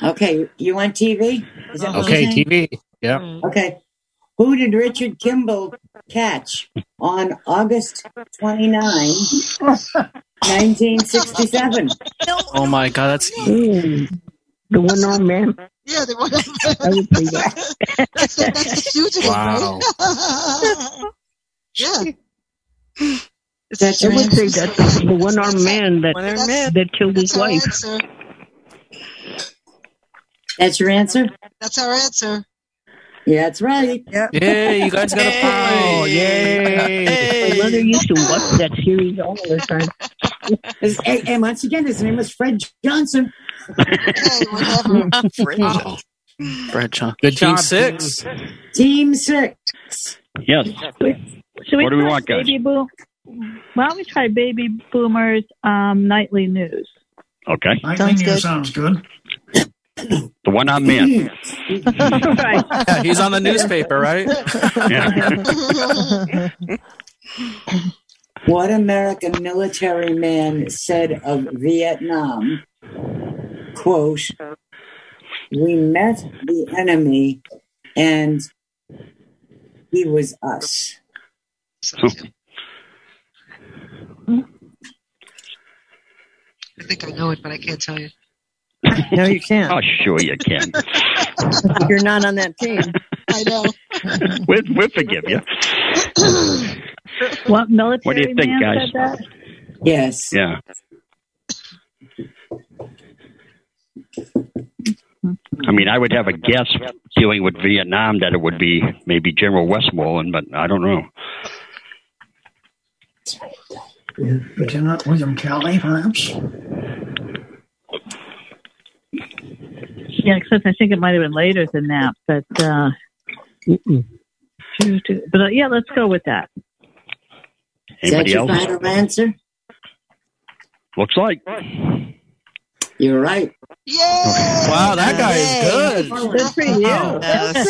S4: Okay, you want TV? Is that what
S16: Okay,
S4: you're saying?
S16: TV.
S4: Mm.
S16: Yeah.
S4: Okay. Who did Richard Kimball catch on August 29, 1967?
S3: Oh my god, that's
S31: Mm. The one armed man.
S13: Yeah, they want to.
S7: I would say that.
S13: that's, the, that's the fugitive,
S7: Wow.
S13: right? yeah.
S7: I would say that's the one armed man that that killed his
S13: That's our
S7: wife.
S13: answer.
S4: That's your answer?
S13: That's our answer.
S4: Yeah, that's right. Yep.
S7: Yeah, you guys got a
S13: Hey.
S7: phone. Yay. My mother used to watch that series all the time.
S4: His- And, and once again, his name was Fred Johnson.
S16: Wow. Good
S3: Team
S16: job,
S3: six.
S4: Team six.
S10: Yes.
S9: Should we
S10: What do we
S9: try
S10: want, guys?
S9: Baby boom- Why don't we try Baby Boomers um, nightly news?
S10: Okay.
S20: I think it sounds good.
S10: The one on man.
S3: Yeah, he's on the newspaper, right?
S4: What American military man said of Vietnam, quote, we met the enemy and he was us.
S13: I think I know it, but I can't tell you.
S14: No, you can't.
S10: Oh, sure you can.
S14: You're not on that team.
S13: I know.
S10: we'll, we'll forgive you.
S9: What military
S10: What do you think,
S9: man
S10: guys?
S9: said that?
S4: Yes.
S10: Yeah. I mean, I would have a guess dealing with Vietnam that it would be maybe General Westmoreland, but I don't know.
S20: Lieutenant William Kelly, perhaps?
S9: Yeah, except I think it might have been later than that. But uh, two- two- but uh, yeah, let's go with that.
S10: Anybody
S4: Is that your
S10: else?
S4: final answer?
S10: Looks like.
S4: You're right.
S3: Wow, that guy is good.
S9: Good for you.
S3: Wow.
S9: That's-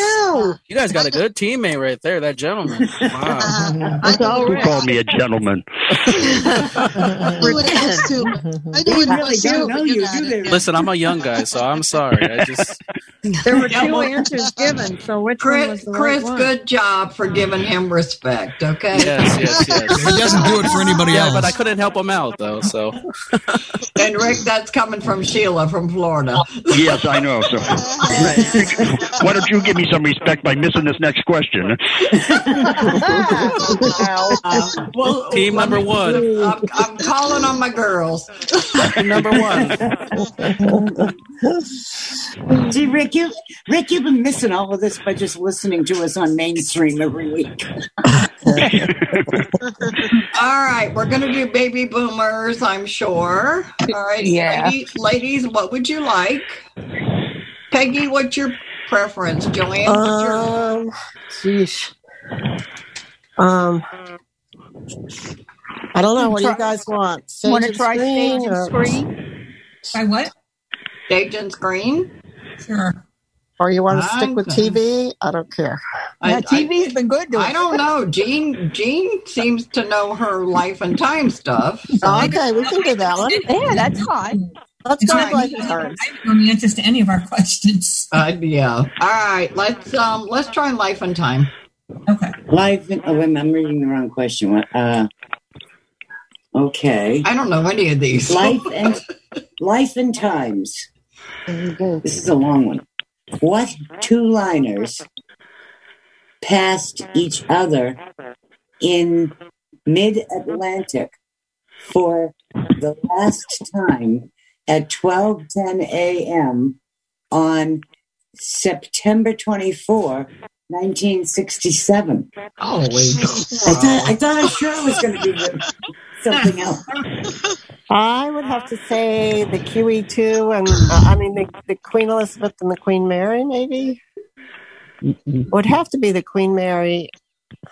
S3: You guys got a good teammate right there, that gentleman. Wow.
S9: That's all
S10: Who
S9: right.
S10: called me a gentleman?
S13: I knew what it was too. I knew it
S14: really
S13: was you,
S14: don't
S13: but you got it.
S3: Listen, I'm a young guy, so I'm sorry. I just
S14: There were two answers given, so which one was the
S11: uh, Chris, Chris,
S14: right one?
S11: good job for giving him respect. Okay.
S3: yes, yes, yes.
S8: He doesn't do it for anybody
S3: yeah,
S8: else.
S3: but I couldn't help him out though. So
S11: And Rick, that's coming from Sheila from Florida.
S10: Yes, I know. So, why don't you give me some respect by missing this next question?
S11: Uh, Well,
S3: team number one,
S11: I'm, I'm calling on my girls.
S3: team number one.
S4: See, Rick, you, Rick, you've been missing all of this by just listening to us on mainstream every week.
S11: All right, we're gonna do baby boomers, I'm sure. All right,
S2: Yeah.
S11: lady- ladies, what would you like? Peggy, what's your preference? Joanne, what's your
S7: Um,
S14: jeez.
S7: Um,
S14: I don't know. What do you
S21: Try-
S14: guys want? Sage
S21: Want to
S14: and
S21: try
S14: Screen
S21: stage
S14: or-
S21: and screen? By what?
S11: Stage and screen.
S21: Sure.
S14: Or you want to stick with
S11: Okay.
S14: TV? I don't care.
S11: I-
S21: TV's been good
S11: I don't know. Jean Jean seems to know her life and time stuff. so-
S14: Oh, Okay, we can do that one.
S21: Yeah, that's fine.
S14: Let's
S21: It's
S14: go
S21: not-
S14: with like cards.
S21: I don't know the answers to any of our questions.
S11: Uh, yeah. All right. Let's um. Let's try life and time.
S4: Life. In, oh, I'm I'm reading the wrong question. What- Uh, okay.
S11: I don't know any of these.
S4: Life and life and times. This is a long one. What two liners passed each other in mid-Atlantic for the last time at 12:10 a.m. on September 24, 1967?
S11: Holy!
S4: I thought I thought I'm sure it was going to be something else.
S14: I would have to say the Kiwi two, and uh, I mean the, the Queen Elizabeth and the Queen Mary, maybe would have to be the Queen Mary.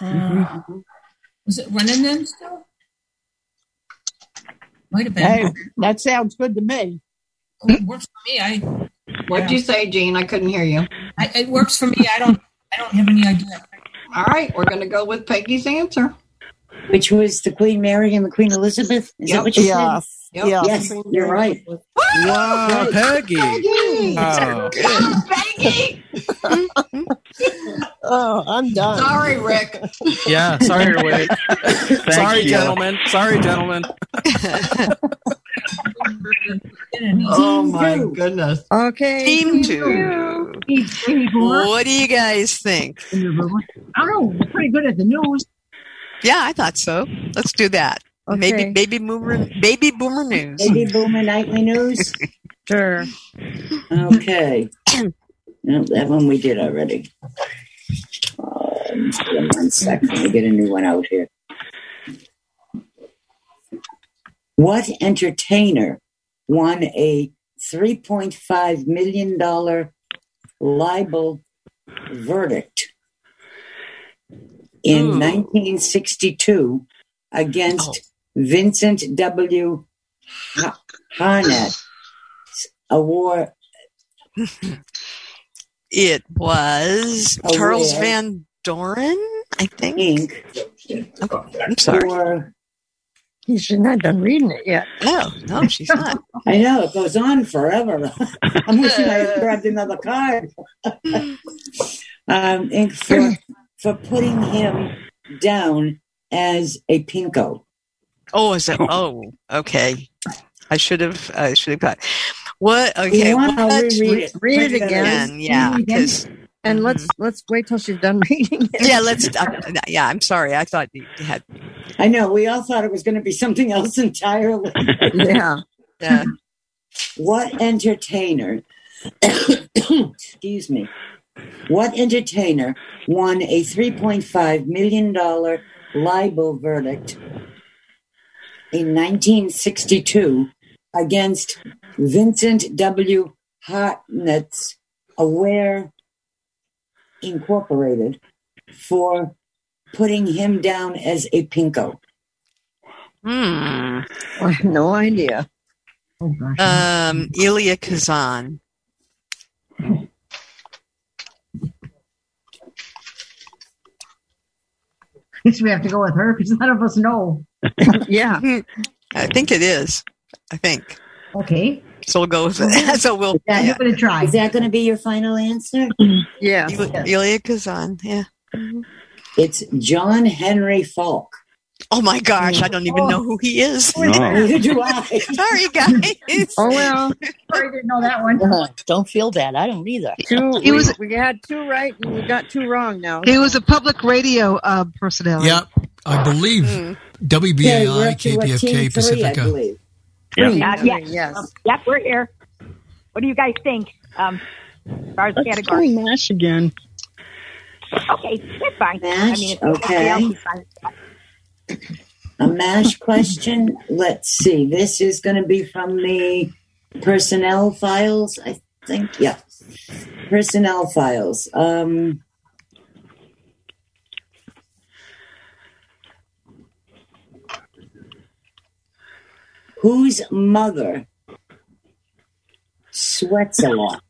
S4: Mm-hmm.
S14: Uh,
S21: Mm-hmm. Was it running then still? Might have
S5: Hey,
S21: been.
S5: that sounds good to me.
S21: It works for me. I,
S11: What'd you say, Jean? I couldn't hear you.
S21: I it works for me. I don't I don't have any idea.
S11: All right. We're gonna go with Peggy's answer.
S4: Which was the Queen Mary and the Queen Elizabeth?
S11: Yep.
S4: Is that what you
S14: Yes.
S4: said?
S14: Yes.
S4: Yes,
S14: Queen
S4: you're
S14: Mary.
S4: right.
S3: Wow, Peggy. Wow.
S11: Peggy.
S14: oh, I'm done.
S11: Sorry, Rick.
S3: Yeah, sorry, Rick. sorry,
S10: you.
S3: gentlemen. Sorry, gentlemen.
S11: Oh my goodness.
S23: Okay.
S22: Team two. What do you guys think?
S23: I don't know. Pretty good at the news.
S22: Yeah, I thought so. Let's do that.
S4: Okay.
S22: Maybe baby boomer baby boomer news.
S4: Baby Boomer Nightly News? sure. Okay. no, that one we did already. Um, one second, we get a new one out here. What entertainer won a $3.5 million libel verdict in 1962 against Vincent W. Ha- Harnett, a war
S22: It was
S4: Aware.
S22: Charles
S11: Oh,
S22: Van Doren, I think. Oh, I'm sorry.
S4: She's not done reading it yet.
S22: No, Oh, no, she's not.
S4: I know it goes on forever. I'm wishing I grabbed another card. um, and for for putting him down as a pinko.
S22: Oh, is that? Oh, okay. I should have. I should have got. What? Okay.
S1: You wanna
S22: what-
S1: reread it. Read it again.
S22: Yeah. Mm-hmm.
S1: Read it again.
S22: Because.
S1: And let's let's wait till she's done reading it.
S22: Yeah. Let's. Uh, yeah. I'm sorry. I thought you had.
S4: I know we all thought it was going to be something else entirely.
S1: Yeah.
S22: Yeah.
S4: What entertainer? excuse me. What entertainer won a three point five million dollar libel verdict in nineteen sixty two against Vincent W. Hartnett's Aware Incorporated for putting him down as a pinko?
S22: Hmm.
S1: I have no idea.
S11: Oh,
S22: Um. Ilya Kazan.
S23: I guess we have to go with her because none of us know.
S1: yeah.
S22: I think it is. I think.
S23: Okay.
S22: So we'll go with it. so we'll.
S4: Yeah,
S22: Yeah.
S23: going to try.
S4: Is that going to be your final answer?
S1: yeah.
S22: Ilya Kazan. Yeah.
S4: It's John Henry Falk.
S22: Oh my gosh! I don't
S11: Oh.
S22: even know who he is.
S4: No. Neither do I.
S22: Sorry, guys.
S1: Oh well.
S23: Sorry, I didn't know that one.
S11: Uh-huh.
S15: don't feel bad. Uh-huh. I don't either.
S1: Two,
S15: He
S1: he
S15: was-
S1: was, we, had two right and we got two wrong now.
S17: He was a public radio um, personality.
S8: Yep. I believe
S17: Yeah, we're
S8: WBAI
S17: up to, what,
S8: KPFK
S17: team three, I
S8: Pacifica.
S17: believe.
S23: Uh,
S15: Yeah.
S23: yes.
S1: Yes.
S23: Um, yep, we're here. What do you guys think? Um, as far as
S17: Let's
S23: category.
S17: try Mash again.
S23: Okay, that's fine. I mean, it's
S4: Okay.
S23: I'll be fine.
S4: A MASH question. Let's see. This is going to be from the personnel files, I think. Yeah. Personnel files. Um, whose mother sweats a lot?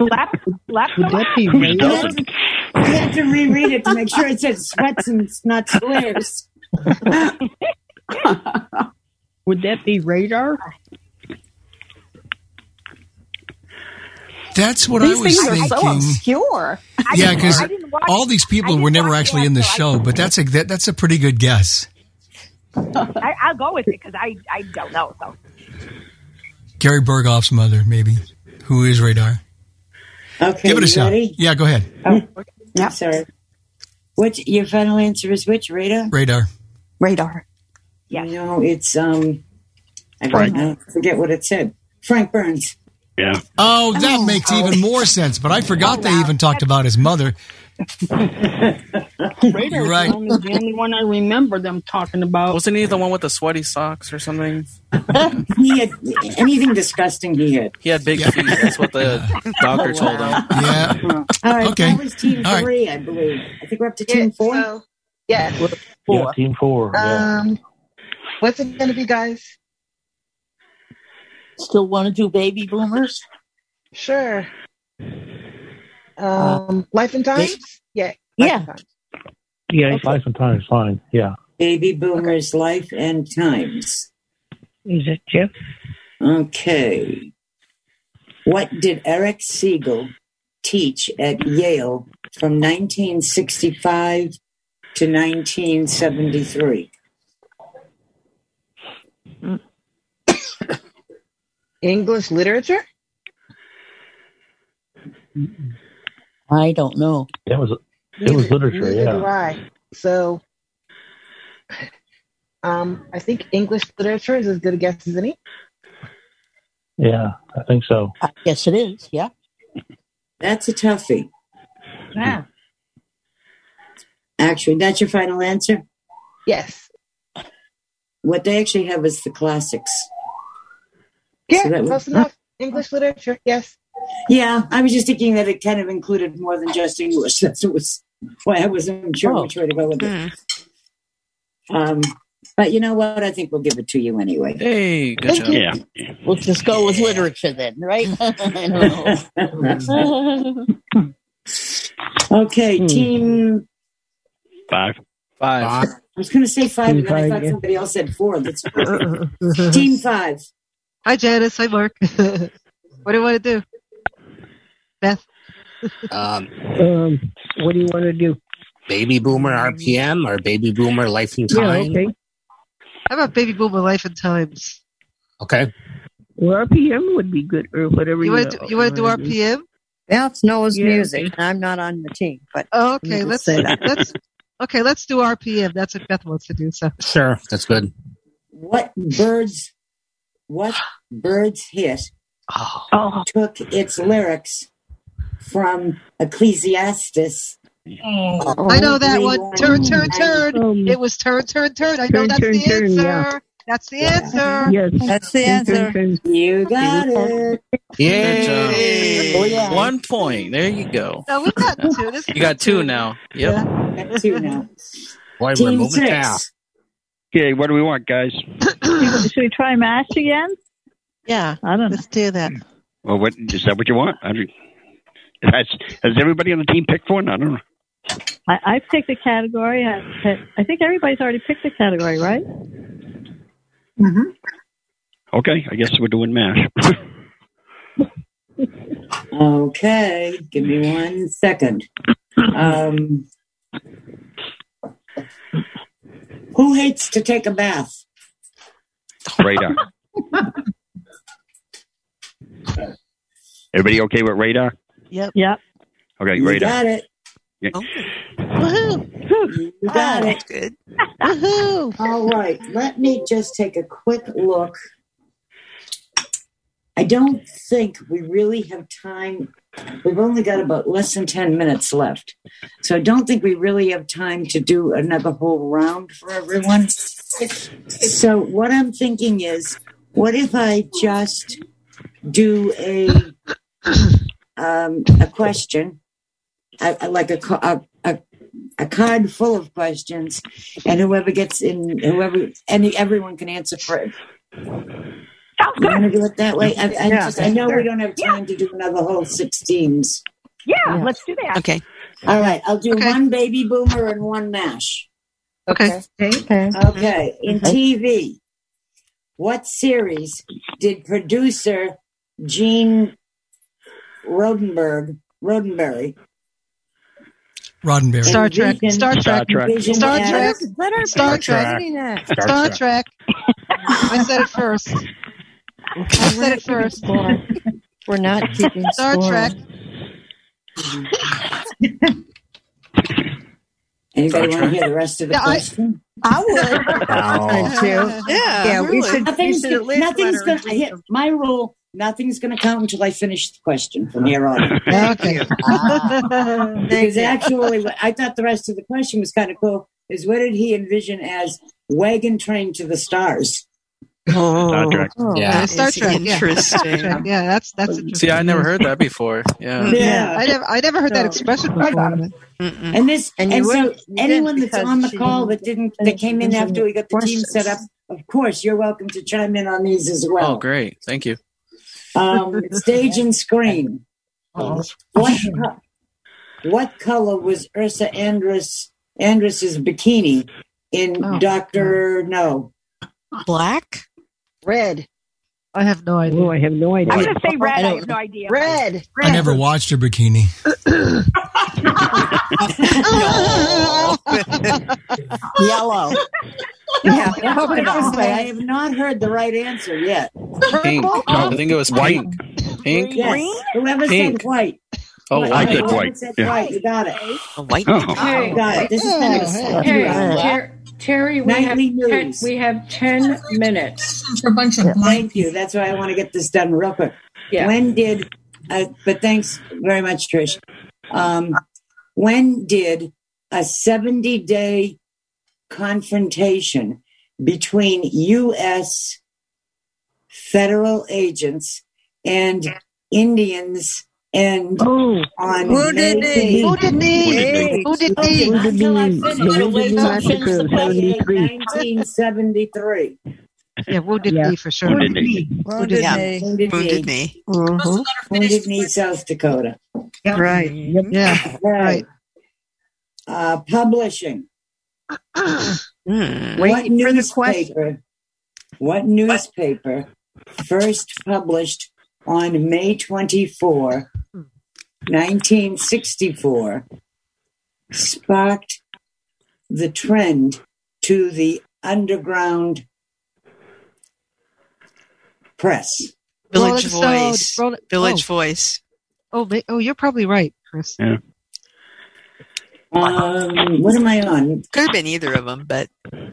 S23: Lap, lap,
S4: You have, to, you have to reread it to make sure it says sweats and not swears.
S15: Would that be radar?
S8: That's what
S15: These
S8: I was
S15: things are
S8: thinking.
S15: so obscure.
S23: I
S8: yeah,
S23: didn't-
S8: because
S23: I didn't watch-
S8: all these people were never actually in the show, but that's a that, that's a pretty good guess.
S23: I, I'll go with it because I, I don't know. So
S8: Gary Berghoff's mother, maybe, who is Radar.
S4: Okay,
S8: Give it a
S4: you
S8: shot.
S4: ready?
S8: Yeah, go ahead.
S4: I'm sorry. Which your final answer is which radar?
S8: Radar.
S15: Radar.
S4: Yeah. No, it's um. I don't
S8: Frank.
S4: know. Forget what it said. Frank Burns.
S8: Yeah. Oh, that makes even more sense. But I forgot they even talked about his mother.
S15: Radar
S8: You're
S15: is
S8: right.
S15: the, only, the only one I remember them talking about.
S3: Wasn't he the one with the sweaty socks or something?
S4: He had anything disgusting. He had.
S3: He had big feet. That's what the doctor told him.
S8: Yeah.
S4: All right.
S3: Okay.
S4: That was team
S3: All right.
S4: three, I believe. I think we're up to team four.
S2: Yes.
S6: Yeah, team four.
S11: Uh,
S6: Yeah.
S2: Um, what's it going to be, guys?
S15: Still want to do baby boomers?
S2: Sure. Um, life and times. Yeah.
S15: Yeah.
S6: Yeah, life and time's fine. Yeah.
S4: Baby boomers, life and times.
S7: Is it Jeff?
S4: Okay. What did Eric Siegel teach at Yale from 1965 to 1973?
S11: English literature?
S3: I don't know.
S32: That was it was literature.
S11: Neither do
S32: Yeah.
S11: I. So, um, I think English literature is as good a guess as any.
S32: Yeah. I think so.
S3: Yes, it is. Yeah.
S4: That's a toughie.
S11: Yeah.
S4: Actually, that's your final answer?
S11: Yes.
S4: What they actually have is the classics.
S11: Yeah,
S4: So that would-
S11: close enough. English literature, yes.
S4: Yeah, I was just thinking that it kind of included more than just English. That's what was why I wasn't sure
S3: Oh.
S4: which way to go with it.
S3: Hmm.
S4: Um, but you know what? I think we'll give it to you anyway.
S3: Hey,
S4: good
S3: Thank job. you. We'll just go with literature then, right? I don't know. Hmm.
S4: Okay, team.
S10: Five.
S4: Five. I was going to say five,
S10: Team
S4: and then I
S10: five,
S4: thought
S10: yeah.
S4: somebody else said four. That's team five.
S18: Hi, Janice. Hi, Mark. what do you want to do? Beth?
S16: Um, um, what do you want to do? Baby boomer RPM or baby boomer life and time?
S18: Yeah, okay. How about Baby Boomer Life and Times?
S16: okay.
S33: Well, RPM would be good, or whatever.
S18: You want to do, you want to do
S33: wanna
S18: RPM?
S15: Yeah, it's Noah's
S18: Yeah.
S15: music. I'm not on the team, but
S18: Oh,
S15: let
S18: okay,
S15: me
S18: let's
S15: just say that.
S18: let's okay, let's do RPM. That's what Beth wants to do. So
S16: Sure, that's good.
S4: What birds? What birds hit
S3: Oh.
S4: Oh. took its lyrics from Ecclesiastes? Oh.
S18: I know that one.
S4: Mm.
S18: Turn, turn, turn. it was turn, turn, turn. I know
S4: turn,
S18: that's
S4: turn,
S18: the
S4: turn,
S18: answer.
S4: yeah.
S18: That's the answer.
S4: that's the answer. You got it.
S3: Yay.
S4: Oh, yeah.
S3: One point. There you go.
S18: No, Oh, we got two. This
S3: You got two now. Yep.
S4: Got two now.
S16: Boy,
S3: Team
S16: we're moving
S3: six.
S16: fast.
S10: Okay, what do we want, guys?
S9: Should we try mash again?
S18: Yeah,
S9: I don't know.
S18: Let's do that.
S10: Well, what is that? What you want? I mean, has has everybody on the team picked one? I don't know.
S9: I, I've picked a category. I, I think everybody's already picked a category, right?
S10: Okay, I guess we're doing mash.
S4: Okay, give me one second. Um, who hates to take a bath?
S10: radar. Everybody okay with radar?
S18: Yep.
S9: Yep.
S10: Okay,
S4: You
S10: radar.
S4: got it.
S10: Yeah.
S4: Woohoo! You got it.
S34: Good.
S4: Woohoo! All right, let me just take a quick look. I don't think we really have time. We've only got about less than 10 minutes left. So I don't think we really have time to do another whole round for everyone. So what I'm thinking is, what if I just do a um, a question, I, I like a, co- a a a card full of questions, and whoever gets in, whoever any everyone can answer for it. You want to do it that way? I, I,
S3: Yeah.
S4: just, I know
S3: Sure.
S4: we don't have time to do another whole six teams.
S3: Yeah, let's do that.
S34: Okay.
S4: All right, I'll do one baby boomer and one mash.
S18: Okay.
S4: Okay. Okay. In TV, what series did producer Gene Rodenberg Rodenberry
S8: Roddenberry.
S18: Star Trek. Star Trek.
S4: Envision
S18: Star
S4: as-
S18: Trek. Star Trek. Star Trek. I said it first. I said it first.
S35: We're not keeping
S18: Star
S35: score.
S18: Trek.
S4: Anybody
S3: Star
S4: want to
S3: Trek.
S4: hear the rest of the
S18: Yeah, I-
S4: question?
S15: I would. I do.
S34: Yeah,
S15: Yeah, we should- we
S4: Nothing's,
S15: should at
S4: gonna,
S15: least let
S4: nothing's
S15: her
S4: gonna. I hit my rule. Nothing's gonna count until I finish the question from here on.
S18: Okay.
S4: Because actually, what I thought the rest of the question was kind of cool. Is what did he envision as wagon train to the stars? Oh.
S3: Star Trek.
S15: Oh,
S18: Yeah, Star Trek. yeah. Star Trek,
S3: Interesting.
S18: Yeah, that's that's
S3: See,
S18: interesting.
S3: I never heard that before. Yeah.
S4: Yeah.
S18: I never I never heard that expression before.
S4: And this, and,
S18: And you
S4: so
S18: weren't- you didn't
S4: anyone that's
S18: because
S4: on the
S18: she
S4: call
S18: didn't
S4: that didn't that came in after we got the team set up, of course, you're welcome to chime in on these as
S3: Oh,
S4: well.
S3: great. Thank you.
S4: Um, stage and screen. What co- what color was Ursa Andress Andress's bikini in
S18: Oh,
S4: Doctor No?
S34: Black.
S11: Red.
S18: I have no idea.
S33: I have no idea.
S3: I'm
S33: gonna
S3: say
S33: red.
S3: I
S33: have
S3: no idea.
S11: Red.
S8: I never watched her bikini.
S3: Yellow.
S4: Yeah, put it
S5: God.
S4: this way, I have not heard the right answer yet.
S3: Pink.
S18: Oh,
S3: I think it was white. Pink.
S4: Yes. Whoever
S3: Pink.
S4: said white.
S3: Oh, I did
S4: Whoever
S3: white, Oh.
S4: said
S3: yeah.
S4: white, You got it.
S3: White.
S4: You got it. This is kind of a
S12: Terry,
S4: slip.
S12: Oh, Ter- Terry, we have,
S4: Nightly
S12: ten,
S4: news.
S12: we have 10 minutes.
S4: for a bunch of Thank you. That's why I want to get this done real quick.
S12: Yeah.
S4: When did, uh, but thanks very much, Trish. Um, when did a 70 day confrontation between U.S. federal agents and Indians and on
S17: Who did
S4: May
S17: they? Oh. Who did they? Who did they? Who did they? Who did they? Massacre of 73.
S4: 1973.
S17: Yeah, who did they for sure?
S4: Wounded Knee.
S17: Wounded
S4: Yeah.
S17: Knee.
S4: Wounded
S17: Wounded
S4: Knee.
S17: Uh-huh.
S4: Mhm. Wounded Knee, South Dakota. Right. Yeah. Right. Uh, publishing.
S17: Hmm.
S11: Mm.
S4: what
S1: Wait for the
S4: newspaper? What newspaper first published on May 24, 1964, sparked the trend to the underground press.
S17: Rolling
S22: Village
S17: Stone,
S22: Voice.
S17: Rolling-
S22: Village
S17: oh.
S22: Voice.
S17: Oh, ma- oh, you're probably right, Chris.
S10: Yeah.
S4: Um, what am I on?
S22: Could have been either of them, but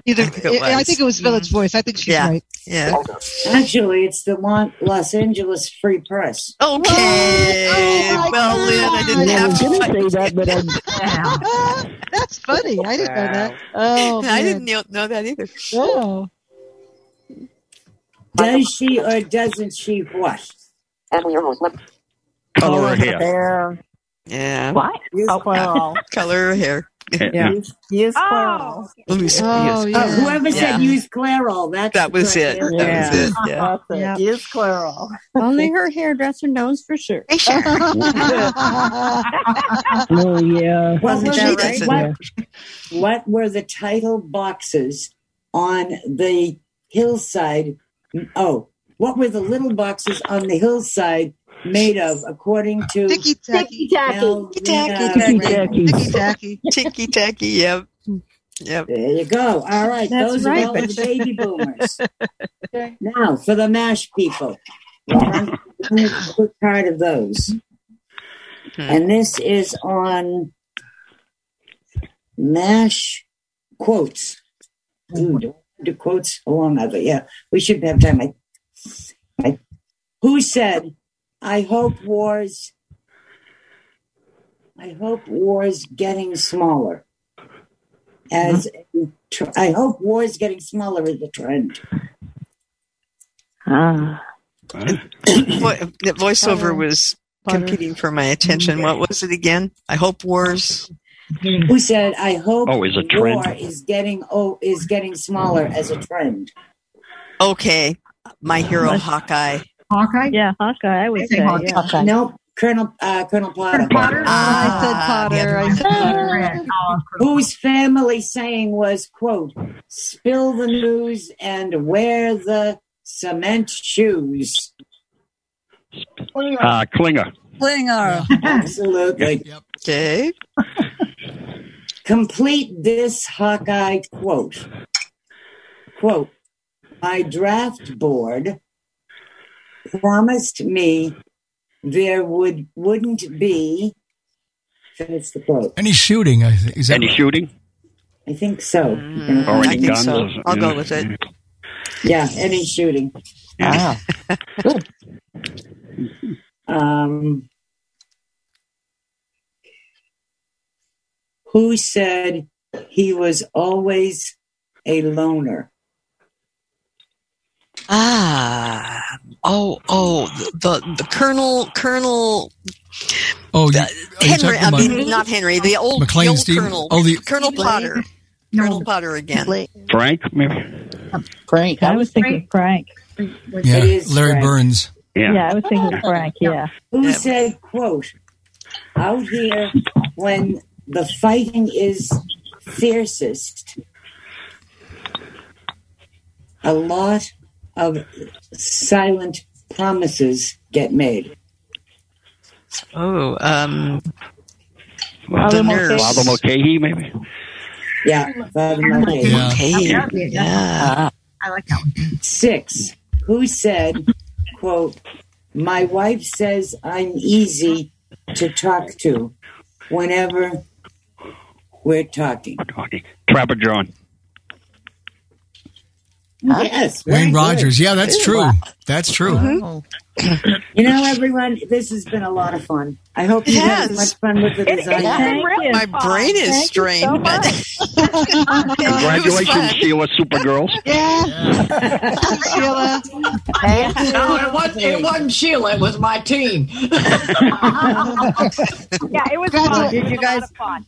S17: Either
S22: I think it was.
S17: I think it was Village Voice. I think she's
S22: Yeah.
S17: right.
S22: Yeah.
S4: Actually, it's the Lon- Los Angeles Free Press.
S22: Okay.
S17: Oh,
S22: well, Lynn, I didn't have to.
S17: gonna
S22: fight.
S17: that, but That's funny. I didn't know that. Oh,
S22: I
S17: man.
S22: didn't know, know that either.
S17: Oh.
S4: Does she or doesn't she what?
S17: Oh,
S22: Color her hair.
S14: There.
S22: Yeah.
S14: What? Use
S22: Wow.
S14: quarrel.
S22: Color her hair.
S14: Yeah. Use
S18: Oh.
S14: quarrel.
S22: Let me see. yes.
S4: Oh, whoever
S22: Yeah.
S4: said use Clairol, that's
S22: That was
S4: the
S22: it.
S4: correct
S22: That
S4: answer.
S22: was it. Yeah.
S11: Uh-huh.
S1: Yeah.
S14: Use quarrel.
S1: Only her hairdresser knows for sure.
S14: Oh, yeah.
S4: What were,
S1: Wasn't that
S4: the,
S1: right?
S4: what, what were the title boxes on the hillside? Oh, what were the little boxes on the hillside made of, according to Ticky
S17: Ticky
S4: Tacky?
S22: Ticky tacky. Ticky tacky. Yep. Yep.
S4: There you go. All right,
S22: That's
S4: those
S22: right.
S4: are all the baby boomers. now for the mash people. Well, I'm a quick part of those,
S22: Mm-hmm.
S11: Mm-hmm.
S4: and this is on mash quotes. Ooh, do I do quotes along other? Yeah, we should have time. I, I, who said, "I hope wars." I hope war's getting smaller as a tr- I hope war is getting smaller is a trend. Ah.
S22: Vo- the voiceover was competing for my attention. What was it again? I hope wars.
S4: Who said I hope
S22: Oh, is a trend.
S4: war is getting oh is getting smaller as a trend?
S22: Okay. My hero Hawkeye.
S4: Hawkeye?
S9: Yeah, Hawkeye. I would
S4: say
S22: Hawkeye.
S4: No, Colonel uh, Colonel Potter.
S22: Potter?
S4: Ah, I said Potter.
S22: I said
S4: Potter. Whose family saying was quote spill the news and wear the cement shoes.
S10: Uh, Klinger.
S4: Klinger. Absolutely.
S22: Okay.
S4: Complete this Hawkeye quote. Quote, my draft board promised me there would wouldn't be finish the quote.
S8: Any shooting? I think. Is that
S10: Any
S8: right?
S10: shooting?
S4: I think so.
S10: Or any
S22: Mm, I think
S10: guns?
S22: so.
S10: or-
S22: I'll go
S10: yeah.
S22: with it.
S4: Yeah, any shooting.
S22: Ah.
S4: Um, who said he was always a loner?
S22: Ah. Oh, oh, the the Colonel Colonel
S8: Oh, you, are you
S22: Henry.
S8: talking
S22: I
S8: about
S22: mean, not Henry. The old, the
S8: McLean
S22: old
S8: Stevens?
S22: Colonel.
S8: Oh, the-
S22: Colonel Potter. Colonel Potter again.
S10: Frank, maybe?
S4: Oh.
S9: Frank. I was thinking Frank.
S8: yeah,
S4: It is
S8: Larry
S4: Frank.
S8: Burns.
S9: Yeah. I was thinking Frank. Yeah.
S4: Who said, quote, out here when the fighting is fiercest, a lot of silent promises get made.
S22: Oh, um,
S10: Well,
S22: the nurse.
S10: Father Mulcahy, maybe?
S4: Yeah. Father Murphy.
S22: Yeah.
S4: Yeah.
S17: I like that one.
S4: Six. Who said, quote, my wife says I'm easy to talk to whenever we're talking.
S10: Trapper John.
S4: Yes. very
S8: Wayne
S4: good.
S8: Rogers. Yeah, that's
S4: Ooh,
S8: true.
S4: wow.
S8: That's true.
S22: Mm-hmm. Oh.
S4: You know, everyone, this has been a lot of fun. I hope you had as much fun with it as I had.
S22: My brain is strained, but
S10: Congratulations, Sheila Supergirls.
S17: Yeah.
S11: Sheila. No, it wasn't, it wasn't Sheila. It was my team.
S17: yeah, it was
S11: fun.
S17: Did you guys